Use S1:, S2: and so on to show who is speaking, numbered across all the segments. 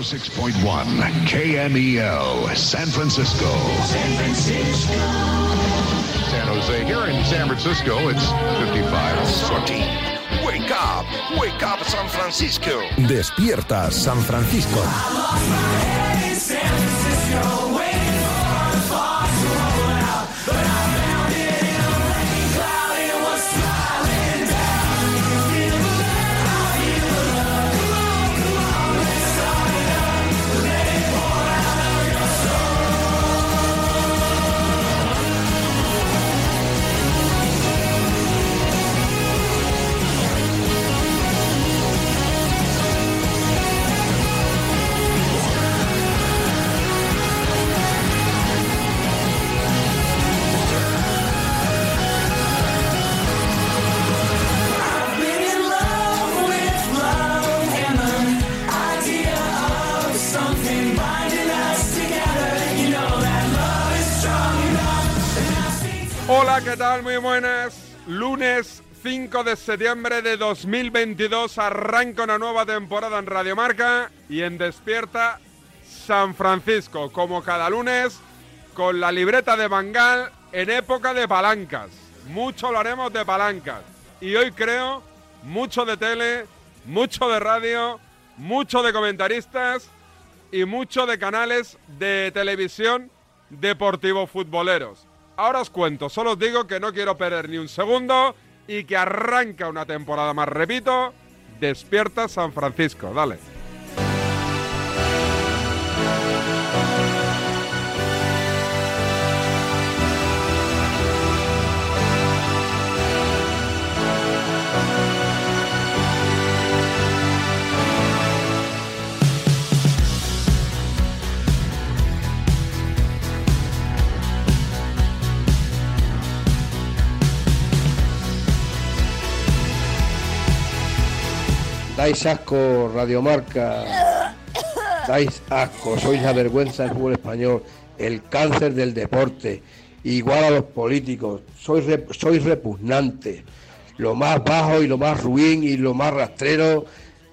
S1: 106.1 KMEL E San Francisco. San Francisco. San Jose. Here in San Francisco, it's 55.
S2: Sortie. Wake up, wake up San Francisco.
S3: Despierta San Francisco.
S4: Hola, ¿qué tal? Muy buenas. Lunes 5 de septiembre de 2022 arranca una nueva temporada en Radio Marca y en Despierta San Francisco, como cada lunes, con la libreta de Bangal en época de palancas. Mucho lo haremos de palancas. Y hoy creo mucho de tele, mucho de radio, mucho de comentaristas y mucho de canales de televisión deportivo futboleros. Ahora os cuento, solo os digo que no quiero perder ni un segundo y que arranca una temporada más, repito, despierta San Francisco, dale.
S5: Dais asco, Radiomarca. Dais asco, sois la vergüenza del fútbol español, el cáncer del deporte, igual a los políticos, sois, rep- sois repugnantes, lo más bajo y lo más ruin y lo más rastrero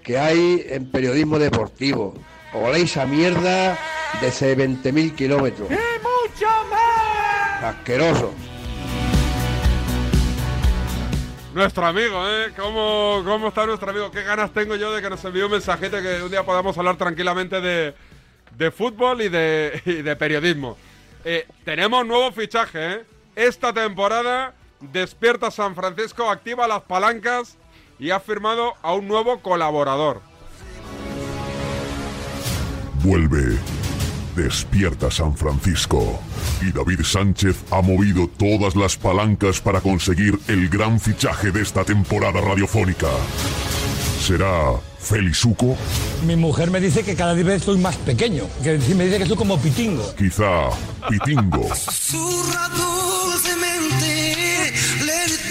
S5: que hay en periodismo deportivo. Oléis a mierda desde 20.000 kilómetros.
S6: mucho más!
S5: Asquerosos.
S4: Nuestro amigo, ¿eh? ¿Cómo, ¿Cómo está nuestro amigo? ¿Qué ganas tengo yo de que nos envíe un mensajete que un día podamos hablar tranquilamente de, de fútbol y de, y de periodismo? Eh, tenemos nuevo fichaje, ¿eh? Esta temporada despierta San Francisco, activa las palancas y ha firmado a un nuevo colaborador.
S7: Vuelve. Despierta San Francisco. Y David Sánchez ha movido todas las palancas para conseguir el gran fichaje de esta temporada radiofónica. ¿Será Felizuco?
S8: Mi mujer me dice que cada vez soy más pequeño, que me dice que soy como pitingo.
S7: Quizá Pitingo.
S6: Susurra dulcemente, let it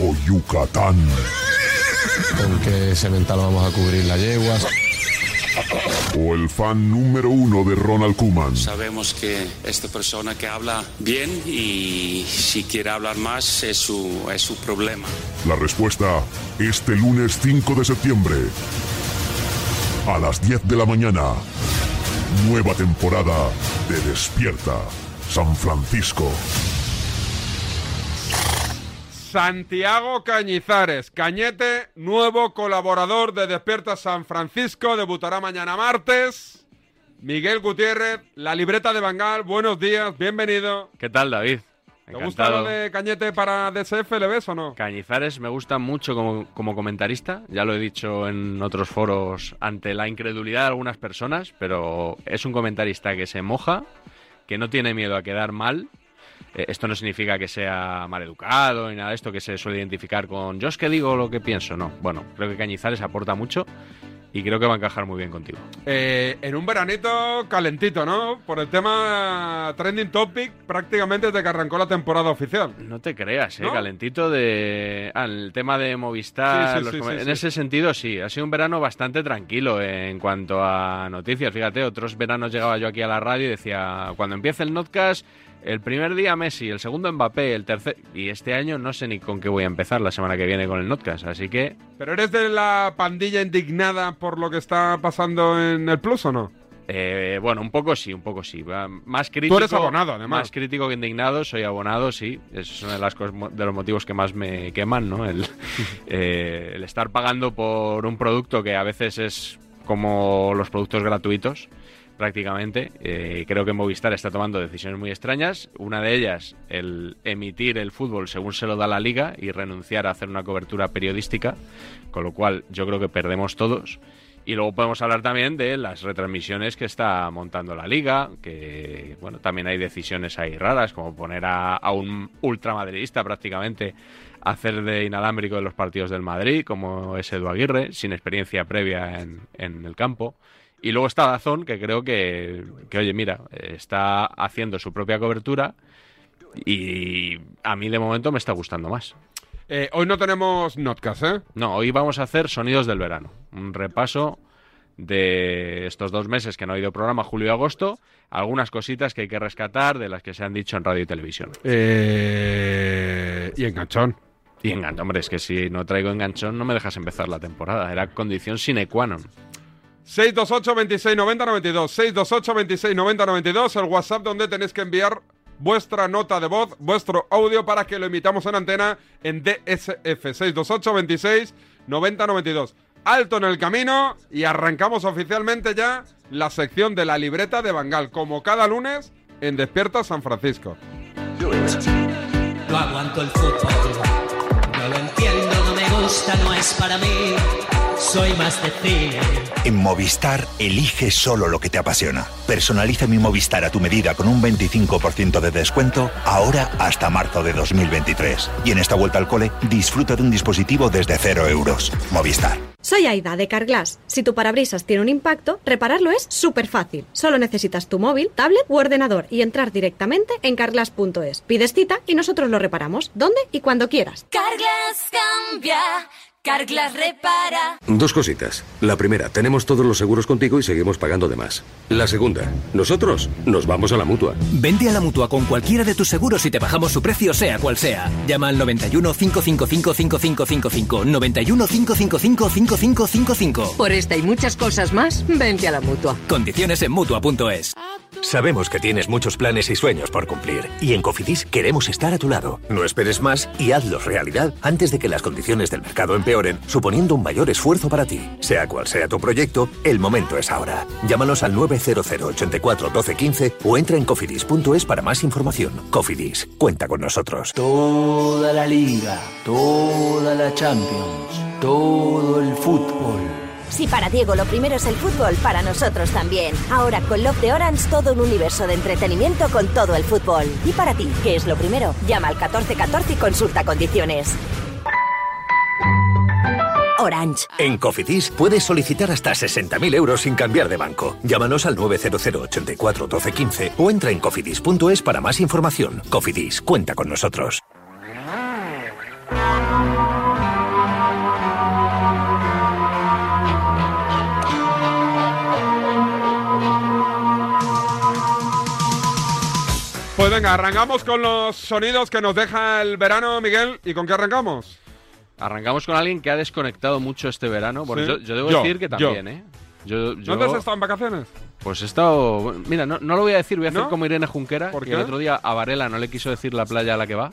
S6: be.
S7: o Yucatán.
S9: Con qué cemental vamos a cubrir la yegua.
S7: O el fan número uno de Ronald Kuman.
S10: Sabemos que esta persona que habla bien y si quiere hablar más es su, es su problema.
S7: La respuesta este lunes 5 de septiembre. A las 10 de la mañana. Nueva temporada de Despierta San Francisco.
S4: Santiago Cañizares, Cañete, nuevo colaborador de Despierta San Francisco, debutará mañana martes. Miguel Gutiérrez, la libreta de Bangal, buenos días, bienvenido.
S11: ¿Qué tal, David?
S4: ¿Te gusta lo de Cañete para DSF, le ves o no?
S11: Cañizares me gusta mucho como, como comentarista, ya lo he dicho en otros foros ante la incredulidad de algunas personas, pero es un comentarista que se moja, que no tiene miedo a quedar mal. Eh, esto no significa que sea maleducado ni nada de esto, que se suele identificar con yo es que digo lo que pienso, no. Bueno, creo que Cañizares aporta mucho y creo que va a encajar muy bien contigo.
S4: Eh, en un veranito calentito, ¿no? Por el tema trending topic prácticamente desde que arrancó la temporada oficial.
S11: No te creas, eh,
S4: ¿No?
S11: calentito de. ah, el tema de Movistar.
S4: Sí, sí,
S11: los
S4: sí,
S11: comen-
S4: sí,
S11: en
S4: sí.
S11: ese sentido, sí. Ha sido un verano bastante tranquilo en cuanto a noticias. Fíjate, otros veranos llegaba yo aquí a la radio y decía: cuando empiece el podcast, El primer día Messi, el segundo Mbappé, el tercer... Y este año no sé ni con qué voy a empezar la semana que viene con el Notcast, así que...
S4: ¿Pero eres de la pandilla indignada por lo que está pasando en el Plus o no?
S11: eh, bueno, un poco sí, un poco sí. Va- Más crítico...
S4: eres abonado, además.
S11: Más crítico que indignado, soy abonado, sí. Eso es uno de, las cos- de los motivos que más me queman, ¿no? El, eh, el estar pagando por un producto que a veces es como los productos gratuitos, prácticamente. Eh, creo que Movistar está tomando decisiones muy extrañas. Una de ellas, el emitir el fútbol según se lo da la liga y renunciar a hacer una cobertura periodística, con lo cual yo creo que perdemos todos. Y luego podemos hablar también de las retransmisiones que está montando la liga, que bueno, también hay decisiones ahí raras, como poner a, a un ultramadridista prácticamente a hacer de inalámbrico de los partidos del Madrid, como es Edu Aguirre, sin experiencia previa en, en el campo. Y luego está Dazón, que creo que, que, oye, mira, eh, está haciendo su propia cobertura y a mí de momento me está gustando más.
S4: Eh, hoy no tenemos Notcast, ¿eh?
S11: No, hoy vamos a hacer Sonidos del Verano. Un repaso de estos dos meses que no ha habido programa, julio y agosto. Algunas cositas que hay que rescatar de las que se han dicho en radio y televisión.
S4: Eh, y enganchón.
S11: Y enganchón, hombre, es que si no traigo enganchón no me dejas empezar la temporada. Era condición sine qua non.
S4: 628 26 90 92 628 26 90 92 el WhatsApp donde tenéis que enviar vuestra nota de voz, vuestro audio para que lo emitamos en antena en DSF 628 26 90 92. Alto en el camino y arrancamos oficialmente ya la sección de la libreta de Bangal, como cada lunes en Despierta San Francisco.
S12: No aguanto el fútbol, no lo entiendo, no me gusta, no es para mí. Soy más de cine.
S13: En Movistar, elige solo lo que te apasiona. Personaliza mi Movistar a tu medida con un 25% de descuento ahora hasta marzo de 2023. Y en esta vuelta al cole, disfruta de un dispositivo desde 0 euros. Movistar.
S14: Soy Aida de Carglass. Si tu parabrisas tiene un impacto, repararlo es súper fácil. Solo necesitas tu móvil, tablet u ordenador y entrar directamente en carglass.es. Pides cita y nosotros lo reparamos donde y cuando quieras.
S15: Carglass cambia, Carglass repara.
S16: Dos cositas. La primera, tenemos todos los seguros contigo y seguimos pagando de más. La segunda, nosotros nos vamos a la mutua.
S17: Vende a la mutua con cualquiera de tus seguros y te bajamos su precio, sea cual sea. Llama al 91 555 5555. 91 555 5555.
S18: Por esta y muchas cosas más, vente a la mutua.
S17: Condiciones en mutua.es.
S19: Sabemos que tienes muchos planes y sueños por cumplir, y en Cofidis queremos estar a tu lado. No esperes más y hazlos realidad antes de que las condiciones del mercado empeoren, suponiendo un mayor esfuerzo para ti. Sea cual sea tu proyecto, el momento es ahora. Llámanos al 900 84 12 15 o entra en cofidis.es para más información. Cofidis, cuenta con nosotros.
S20: Toda la liga, toda la Champions, todo el fútbol.
S21: Si para Diego lo primero es el fútbol, para nosotros también. Ahora con Love de Orange todo un universo de entretenimiento con todo el fútbol. Y para ti, ¿qué es lo primero? Llama al 1414 y consulta condiciones. Orange.
S19: En Cofidis puedes solicitar hasta 60.000 euros sin cambiar de banco. Llámanos al 900 84 12 15 o entra en cofidis.es para más información. Cofidis, cuenta con nosotros.
S4: Pues venga, arrancamos con los sonidos que nos deja el verano, Miguel. ¿Y con qué arrancamos?
S11: Arrancamos con alguien que ha desconectado mucho este verano. Bueno,
S4: Sí.
S11: yo, yo debo
S4: Yo,
S11: decir que
S4: yo.
S11: también, ¿eh? Yo, yo-
S4: ¿Dónde has estado en vacaciones?
S11: Pues he estado. Mira, no, no lo voy a decir, voy a hacer
S4: ¿No?
S11: como Irene Junquera,
S4: ¿Por
S11: que
S4: qué?
S11: el otro día a Varela no le quiso decir la playa a la que va.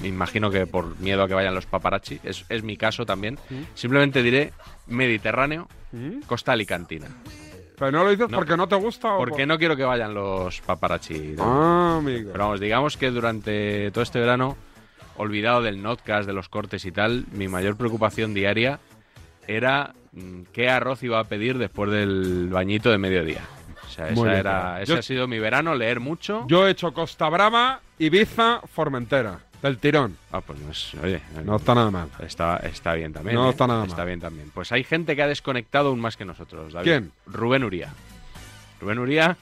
S11: Me imagino que por miedo a que vayan los paparazzi. Es, es mi caso también.
S4: ¿Mm?
S11: Simplemente diré Mediterráneo, Costa Alicantina.
S4: Pero no lo dices
S11: No.
S4: porque no te gusta o
S11: Porque no quiero que vayan los paparazzi.
S4: Ah, amigo.
S11: Pero vamos, digamos que durante todo este verano, olvidado del notcast, de los cortes y tal, mi mayor preocupación diaria era mm, qué arroz iba a pedir después del bañito de mediodía. O sea,
S4: Muy
S11: esa
S4: bien,
S11: era,
S4: claro.
S11: ese
S4: Yo-
S11: ha sido mi verano, leer mucho.
S4: Yo he hecho Costa Brava, Ibiza, Formentera, del tirón.
S11: Ah, pues no es- oye,
S4: No está nada mal.
S11: Está, está bien también.
S4: No
S11: ¿eh?
S4: está nada
S11: Está bien también. Pues hay gente que ha desconectado aún más que nosotros, David.
S4: ¿Quién?
S11: Rubén Uría. Rubén Uría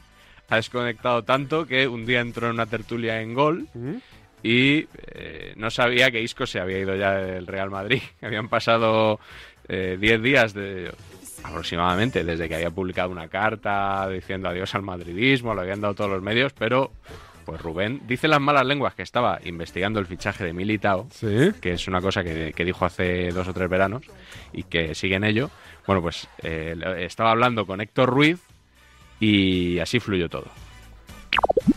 S11: ha desconectado tanto que un día entró en una tertulia en gol
S6: ¿Mm?
S11: y eh, no sabía que Isco se había ido ya del Real Madrid. Habían pasado eh, 10 días de, aproximadamente desde que había publicado una carta diciendo adiós al madridismo, lo habían dado todos los medios, pero Pues Rubén, dice las malas lenguas que estaba investigando el fichaje de Militao, que es una cosa que, que dijo hace dos o tres veranos y que sigue en ello. Bueno, pues eh, le- estaba hablando con Héctor Ruiz y así fluyó todo.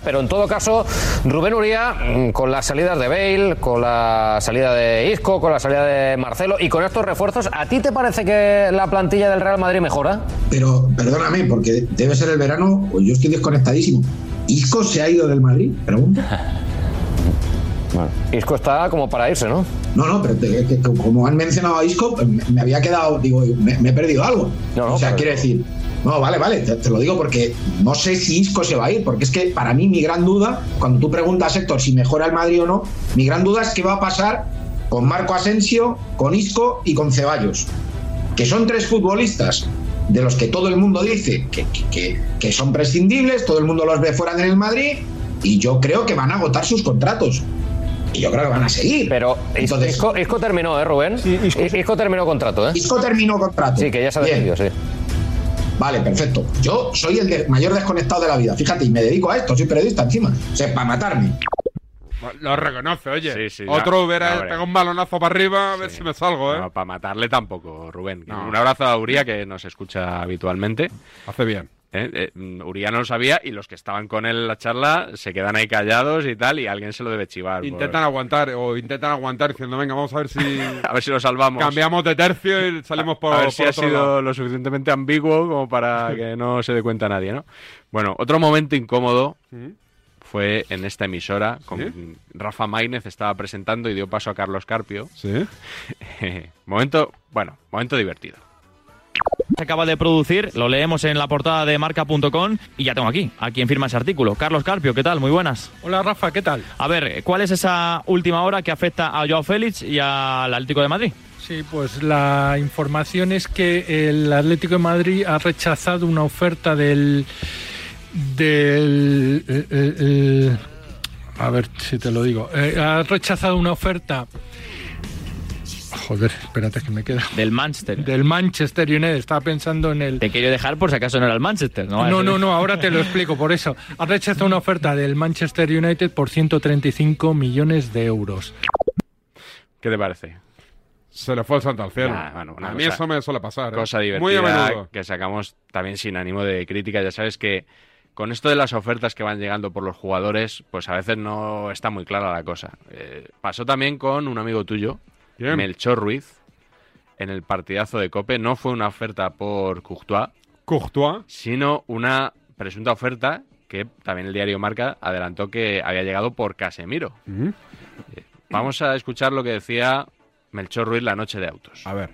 S1: Pero en todo caso, Rubén Uría, mm, con las salidas de Bale, con la salida de Isco, con la salida de Marcelo y con estos refuerzos, ¿a ti te parece que la plantilla del Real Madrid mejora?
S22: Pero perdóname, porque debe ser el verano o yo estoy desconectadísimo. ¿Isco se ha ido del Madrid? Pregunta.
S1: Isco está como para irse, ¿no?
S22: No, no, pero te- que- que como han mencionado a Isco, pues, me, me había quedado, digo, me, me he perdido algo. o sea, quiero decir, no, vale, vale, te, te lo digo porque no sé si Isco se va a ir, porque es que para mí mi gran duda, cuando tú preguntas, Héctor, si mejora el Madrid o no, mi gran duda es qué va a pasar con Marco Asensio, con Isco y con Ceballos, que son tres futbolistas de los que todo el mundo dice que, que- que- que son prescindibles, todo el mundo los ve fuera del Madrid y yo creo que van a agotar sus contratos. Y yo creo que van a seguir.
S1: Pero Is-
S22: Entonces-
S1: Isco, Isco terminó, ¿eh, Rubén? Isco, terminó contrato, ¿eh?
S22: Isco terminó contrato.
S1: Sí, que ya se ha
S22: Bien.
S1: decidido, sí.
S22: Vale, perfecto. Yo soy el de- mayor desconectado de la vida. Fíjate, y me dedico a esto, soy periodista encima. O sea, para matarme.
S4: Lo reconoce, oye.
S11: sí,
S4: Otro
S11: no,
S4: hubiera
S11: no, hombre.
S4: pegado un balonazo para arriba, a ver si me salgo, ¿eh?
S11: No, para matarle tampoco, Rubén.
S4: No.
S11: Un abrazo a Uría, que nos escucha habitualmente.
S4: Hace bien.
S11: Eh, eh, Uría no lo sabía y los que estaban con él en la charla se quedan ahí callados y tal, y alguien se lo debe chivar. por-
S4: Intentan aguantar, o intentan aguantar diciendo, venga, vamos a ver si
S11: pues. A ver si lo salvamos.
S4: cambiamos de tercio y salimos por
S11: a ver si
S4: por
S11: ha
S4: otro
S11: sido
S4: lado.
S11: lo suficientemente ambiguo como para que no se dé cuenta nadie, ¿no? Bueno, otro momento incómodo fue en esta emisora. Con Rafa Maínez estaba presentando y dio paso a Carlos Carpio. Eh,
S4: Sí.
S11: momento, bueno, momento divertido.
S23: Se acaba de producir, lo leemos en la portada de marca.com y ya tengo aquí a quien firma ese artículo. Carlos Carpio, ¿qué tal? Pues Muy buenas.
S24: Hola Rafa, ¿qué tal?
S23: A ver, eh, ¿cuál es esa última hora que afecta a Joao Félix y al Atlético de Madrid?
S24: Sí, pues la información es que el Atlético de Madrid ha rechazado una oferta del del el- el- el- eh, a ver si te lo digo. Eh, ha rechazado una oferta Joder, espérate que me queda.
S23: Del Manchester.
S24: Del Manchester United, estaba pensando en el
S23: Te quiero dejar por si acaso no era el Manchester, ¿no?
S24: No, no, no, ahora te lo explico por eso. Ha rechazado una oferta del Manchester United por 135 millones de euros.
S11: ¿Qué te parece?
S4: Se le fue el santo al cielo.
S11: Ah, bueno, una
S4: a mí
S11: cosa-
S4: eso me suele pasar. ¿eh?
S11: Cosa
S4: Muy a
S11: divertida
S4: menudo.
S11: que sacamos también sin ánimo de crítica. Ya sabes que con esto de las ofertas que van llegando por los jugadores, pues a veces no está muy clara la cosa. Eh, pasó también con un amigo tuyo,
S4: ¿Quién?
S11: Melchor Ruiz, en el partidazo de Cope. No fue una oferta por Courtois,
S4: Courtois.
S11: sino una presunta oferta que también el diario Marca adelantó que había llegado por Casemiro. Eh, Vamos a escuchar lo que decía Melchor Ruiz la noche de autos.
S4: A ver.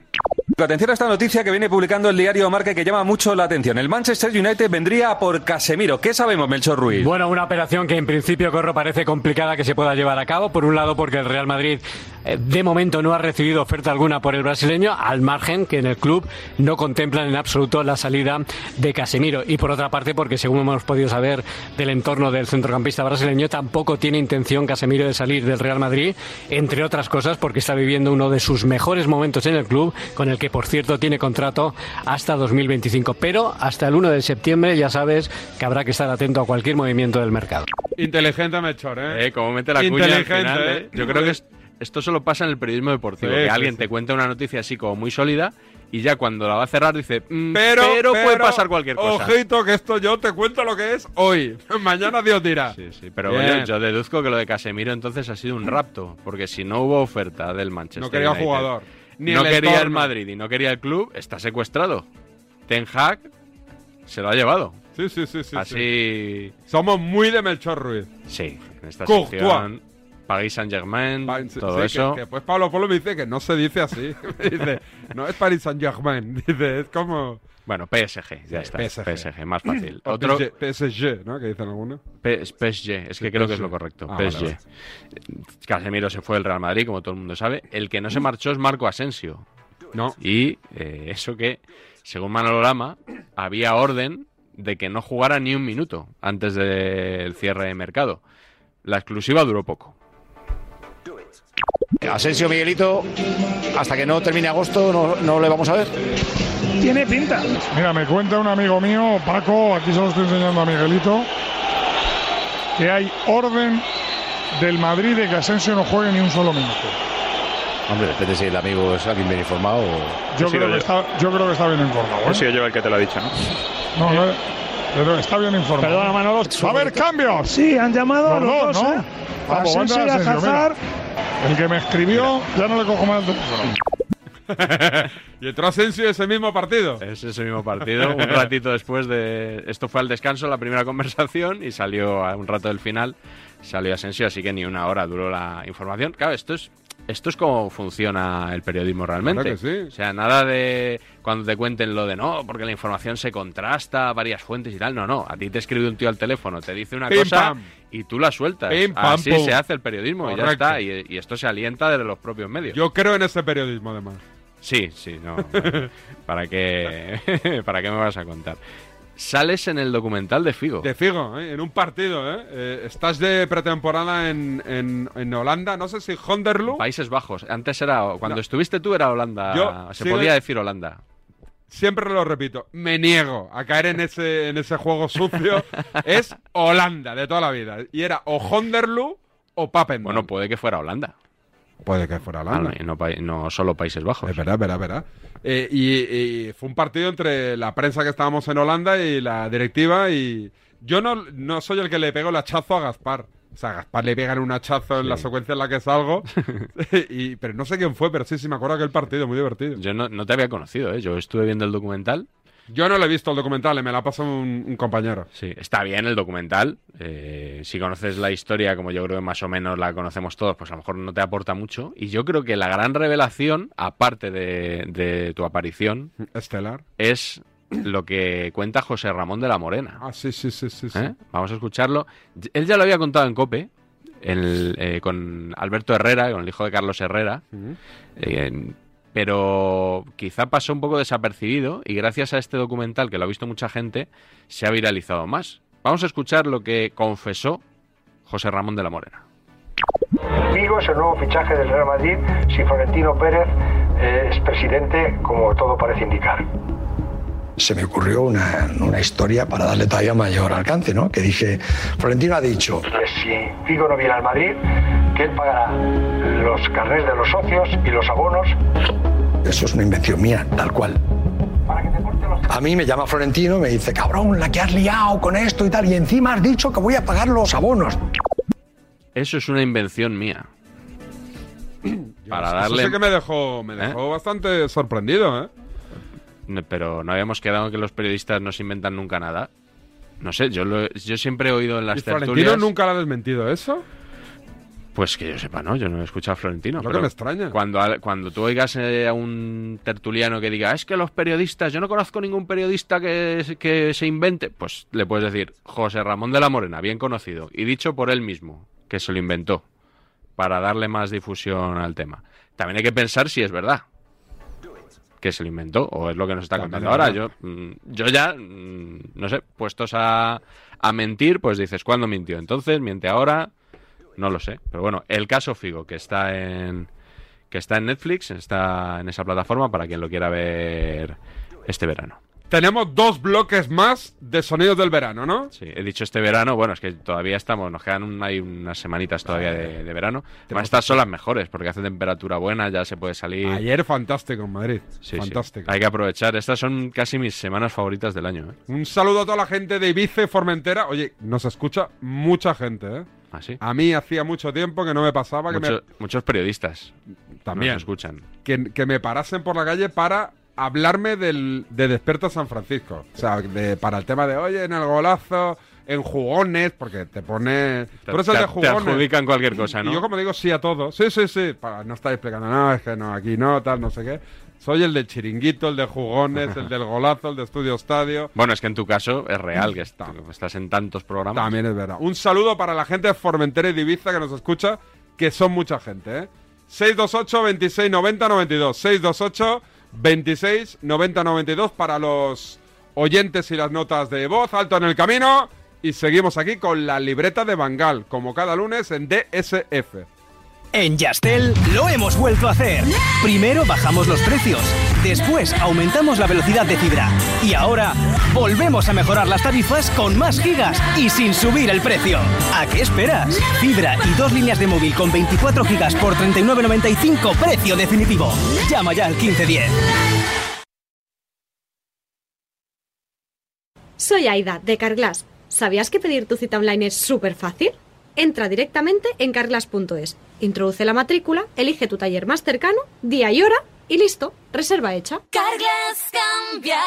S25: Atención a esta noticia que viene publicando el diario Marca y que llama mucho la atención. El Manchester United vendría por Casemiro. ¿Qué sabemos, Melchor Ruiz?
S26: Bueno, una operación que en principio, Corro, parece complicada que se pueda llevar a cabo. Por un lado, porque el Real Madrid eh, de momento no ha recibido oferta alguna por el brasileño, al margen que en el club no contemplan en absoluto la salida de Casemiro. Y por otra parte, porque según hemos podido saber del entorno del centrocampista brasileño, tampoco tiene intención Casemiro de salir del Real Madrid, entre otras cosas porque está viviendo uno de sus mejores momentos en el club, con el que, por cierto, tiene contrato hasta 2025. Pero hasta el 1 de septiembre ya sabes que habrá que estar atento a cualquier movimiento del mercado.
S4: Inteligente Melchor, ¿eh?
S11: Eh, como mete la cuña al
S4: Inteligente,
S11: final,
S4: ¿eh?
S11: eh. Yo creo que es- esto solo pasa en el periodismo deportivo.
S4: Sí,
S11: que
S4: sí,
S11: alguien
S4: sí.
S11: te cuenta una noticia así como muy sólida y ya cuando la va a cerrar dice, "Mm, pero,
S4: Pero,
S11: puede pasar cualquier cosa.
S4: Ojito, que esto yo te cuento lo que es hoy. Mañana Dios dirá. Sí,
S11: sí, Pero oye, yo deduzco que lo de Casemiro entonces ha sido un rapto, porque si no hubo oferta del Manchester
S4: No quería
S11: United,
S4: jugador, ni
S11: no
S4: el
S11: quería el
S4: entorno.
S11: Madrid y no quería el club, está secuestrado. Ten Hag se lo ha llevado.
S4: Sí, sí, sí. sí
S11: Así.
S4: Somos muy de Melchor Ruiz.
S11: Sí, en esta
S4: Courtois.
S11: sección, Paris Saint-Germain, todo
S4: Sí, que-
S11: eso.
S4: Que, pues Pablo Polo me dice que no se dice así. Me dice, no es Paris Saint Germain. Dice, es como.
S11: Bueno, PSG, ya está. PSG. más fácil.
S4: O
S11: Otro
S4: PSG, PSG, ¿no? Que dicen algunos.
S11: P- es PSG, es que
S4: Sí,
S11: creo que es
S4: PSG.
S11: lo correcto.
S4: Ah,
S11: PSG.
S4: vale,
S11: Casemiro se fue del Real Madrid, como todo el mundo sabe. El que no se marchó es Marco Asensio.
S4: No.
S11: Y eh, eso que, según Manolo Lama, había orden de que no jugara ni un minuto antes del cierre de mercado. La exclusiva duró poco.
S27: Asensio Miguelito, hasta que no termine agosto no, no le vamos a ver.
S28: Tiene pinta. Mira, me cuenta un amigo mío, Paco, aquí se lo estoy enseñando a Miguelito, que hay orden del Madrid de que Asensio no juegue ni un solo minuto.
S27: Hombre, depende si el amigo es alguien bien informado o...
S28: Yo, creo, que está, yo creo que está bien informado. ¿eh?
S27: He sido yo el que te lo ha dicho, ¿no?
S28: No, eh, no, pero está bien informado.
S27: Perdona, Manolo,
S28: ¡Va a haber cambios! Sí, han llamado a los dos, ¿no? ¿eh? A Vamos, Asensio anda y a Asensio, mira. Hazard. El que me escribió, ya no le cojo más el teléfono.
S4: y entró Asensio ese mismo partido.
S11: Es ese mismo partido. Un ratito después de. Esto fue al descanso, la primera conversación, y salió a un rato del final. Salió Asensio, así que ni una hora duró la información. Claro, esto es. Esto es como funciona el periodismo realmente.
S4: Claro que sí.
S11: O sea, nada de cuando te cuenten lo de no, porque la información se contrasta, varias fuentes y tal. No, no. A ti te escribe un tío al teléfono, te dice una
S4: Pim,
S11: cosa
S4: pam.
S11: y tú la sueltas.
S4: Pim, pam,
S11: Así
S4: pum.
S11: se hace el periodismo y ya
S4: Correcto.
S11: está. Y, y esto se alienta desde los propios medios.
S4: Yo creo en ese periodismo, además.
S11: Sí, sí, no. no. ¿Para qué, ¿Para qué me vas a contar? Sales en el documental de Figo.
S4: De Figo, ¿eh? en un partido. ¿eh? Eh, estás de pretemporada en, en- en Holanda, no sé si Honderlu.
S11: Países Bajos. Antes era. Cuando
S4: No.
S11: estuviste tú era Holanda.
S4: Yo
S11: Se
S4: sigo-
S11: podía decir Holanda.
S4: Siempre lo repito, me niego a caer en ese, en ese juego sucio. es Holanda de toda la vida. Y era o Honderlu o Papen.
S11: Bueno, puede que fuera Holanda.
S4: Puede que fuera
S11: Ah, no, y no pa- no solo Países Bajos.
S4: Espera, espera, espera. Eh, y, y fue un partido entre la prensa que estábamos en Holanda y la directiva y yo no, no soy el que le pegó el hachazo a Gaspar. O sea, a Gaspar le pegan un hachazo en la secuencia en la que salgo. y, pero no sé quién fue, pero sí, sí me acuerdo aquel partido, muy divertido.
S11: Yo no, no te había conocido, ¿eh? Yo estuve viendo el documental.
S4: Yo no lo he visto el documental, eh, me la pasó un, un compañero.
S11: Sí, está bien el documental. Eh, si conoces la historia, como yo creo que más o menos la conocemos todos, pues a lo mejor no te aporta mucho. Y yo creo que la gran revelación, aparte de- de tu aparición,
S4: Mm. Estelar.
S11: es lo que cuenta José Ramón de la Morena.
S4: Ah, sí, sí, sí, sí. sí.
S11: ¿eh? Vamos a escucharlo. Y- Él ya lo había contado en Cope, en el- eh, con Alberto Herrera, con el hijo de Carlos Herrera,
S6: ¿Mm?
S11: eh, pero quizá pasó un poco desapercibido y gracias a este documental, que lo ha visto mucha gente, se ha viralizado más. Vamos a escuchar lo que confesó José Ramón de la Morena.
S2: Vigo es el nuevo fichaje del Real Madrid si Florentino Pérez eh, es presidente, como todo parece indicar.
S3: se me ocurrió una, una historia para darle todavía mayor alcance, ¿no? Que dije, Florentino ha dicho,
S2: Que si Vigo no viene al Madrid, que él pagará los carnés de los socios y los abonos.
S3: eso es una invención mía, tal cual. A mí me llama Florentino, me dice, cabrón, la que has liado con esto y tal, y encima has dicho que voy a pagar los abonos.
S11: Eso es una invención mía. Para
S4: Eso
S11: darle...
S4: sí que me dejó, me dejó bastante sorprendido, ¿eh?
S11: No, pero no habíamos quedado que los periodistas no se inventan nunca nada. No sé, yo, lo- yo siempre he oído en
S4: ¿Y
S11: las
S4: Florentino
S11: tertulias.
S4: nunca lo ha desmentido eso?
S11: Pues que yo sepa, ¿no? Yo no he escuchado a Florentino.
S4: Lo que
S11: pero
S4: me extraña.
S11: Cuando, al- cuando tú oigas eh, a un tertuliano que diga, "Ah, es que los periodistas, yo no conozco ningún periodista que, se- que se invente, pues le puedes decir, José Ramón de la Morena, bien conocido, y dicho por él mismo, que se lo inventó, para darle más difusión al tema. También hay que pensar si es verdad que se lo inventó, o es lo que nos está
S4: También
S11: contando ahora.
S4: es
S11: Yo,
S4: verdad.
S11: mm, yo ya, mm, no sé, puestos a, a mentir, pues dices, ¿cuándo mintió? Entonces, miente ahora, no lo sé. Pero bueno, el caso Figo, que está en que está en Netflix, está en esa plataforma para quien lo quiera ver este verano.
S4: Tenemos dos bloques más de sonidos del verano, ¿no?
S11: Sí, he dicho este verano, bueno, es que todavía estamos, nos quedan un- hay unas semanitas todavía de, de verano. Además, estas son las mejores, porque hace temperatura buena, ya se puede salir.
S4: Ayer fantástico en Madrid.
S11: Sí, sí.
S4: fantástico.
S11: Hay que aprovechar. Estas son casi mis semanas favoritas del año. ¿eh?
S4: Un saludo a toda la gente de Ibiza y Formentera. Oye, nos escucha mucha gente, ¿eh?
S11: ¿Ah, sí?
S4: A mí hacía mucho tiempo que no me pasaba que,
S11: Mucho- Muchos periodistas
S4: También.
S11: nos escuchan.
S4: me, que, que me parasen por la calle para hablarme del, de Despierta San Francisco. O sea, de- para el tema de, oye, en el golazo, en jugones, porque te pone... Por eso
S11: te,
S4: es de
S11: te
S4: jugones.
S11: adjudican cualquier cosa, ¿no?
S4: Y yo como digo sí a todo. Sí, sí, sí. Para no estar explicando, no, es que no, aquí no, tal, no sé qué. Soy el del chiringuito, el de jugones, el del golazo, el de estudio estadio.
S11: Bueno, es que en tu caso es real que est- estás en tantos programas.
S4: También es verdad. Un saludo para la gente de Formentera y de Ibiza que nos escucha, que son mucha gente, ¿eh? 628 26 90 92. 628 26 90 92 para los oyentes y las notas de voz. Alto en el camino. Y seguimos aquí con la libreta de Bangal, como cada lunes en DSF.
S17: En Yastel lo hemos vuelto a hacer. Primero bajamos los precios, después aumentamos la velocidad de fibra y ahora volvemos a mejorar las tarifas con más gigas y sin subir el precio. ¿A qué esperas? Fibra y dos líneas de móvil con 24 gigas por 39.95 precio definitivo. Llama ya al 1510.
S14: Soy Aida, de Carglass. ¿Sabías que pedir tu cita online es súper fácil? Entra directamente en carglass.es, introduce la matrícula, elige tu taller más cercano, día y hora y listo, reserva hecha.
S29: Carglass cambia,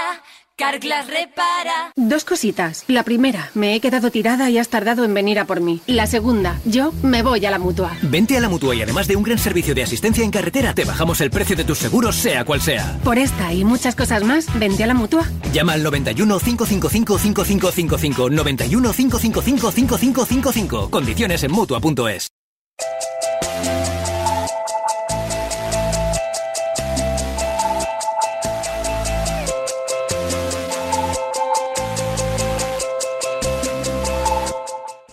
S29: Carglass repara.
S30: Dos cositas. La primera, me he quedado tirada y has tardado en venir a por mí. La segunda, yo me voy a la mutua.
S31: Vente a la mutua y además de un gran servicio de asistencia en carretera, te bajamos el precio de tus seguros, sea cual sea.
S30: Por esta y muchas cosas más, vente a la mutua.
S31: Llama al 91 555 5555 91 555 5555. Condiciones en mutua.es.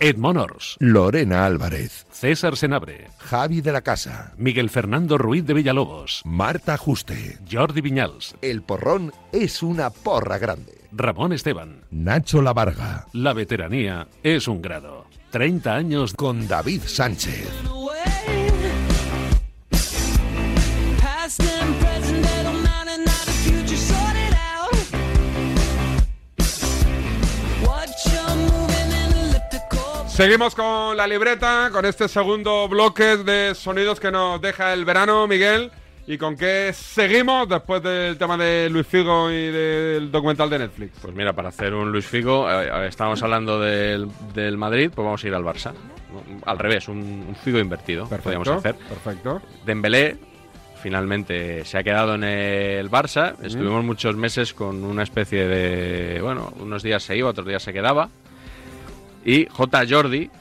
S23: Ed Monors,
S32: Lorena Álvarez,
S23: César Senabre,
S32: Javi de la Casa,
S23: Miguel Fernando Ruiz de Villalobos,
S32: Marta Juste.
S23: Jordi Viñals,
S32: El porrón es una porra grande.
S23: Ramón Esteban.
S32: Nacho La Varga,
S23: La veteranía es un grado. 30 años
S32: con David Sánchez.
S3: Past and present, they don't matter, now the future sorted out. What you're moving in elliptical.
S4: Seguimos con la libreta, con este segundo bloque de sonidos que nos deja el verano, Miguel. ¿Y con qué seguimos después del tema de Luis Figo y del documental de Netflix?
S11: Pues mira, para hacer un Luis Figo, eh, eh, estábamos hablando del, del Madrid, pues vamos a ir al Barça. Al revés, un, un Figo invertido, podríamos hacer.
S4: Perfecto.
S11: Dembélé finalmente se ha quedado en el Barça. Estuvimos muchos meses con una especie de, bueno, unos días se iba, otros días se quedaba. Y J. Jordi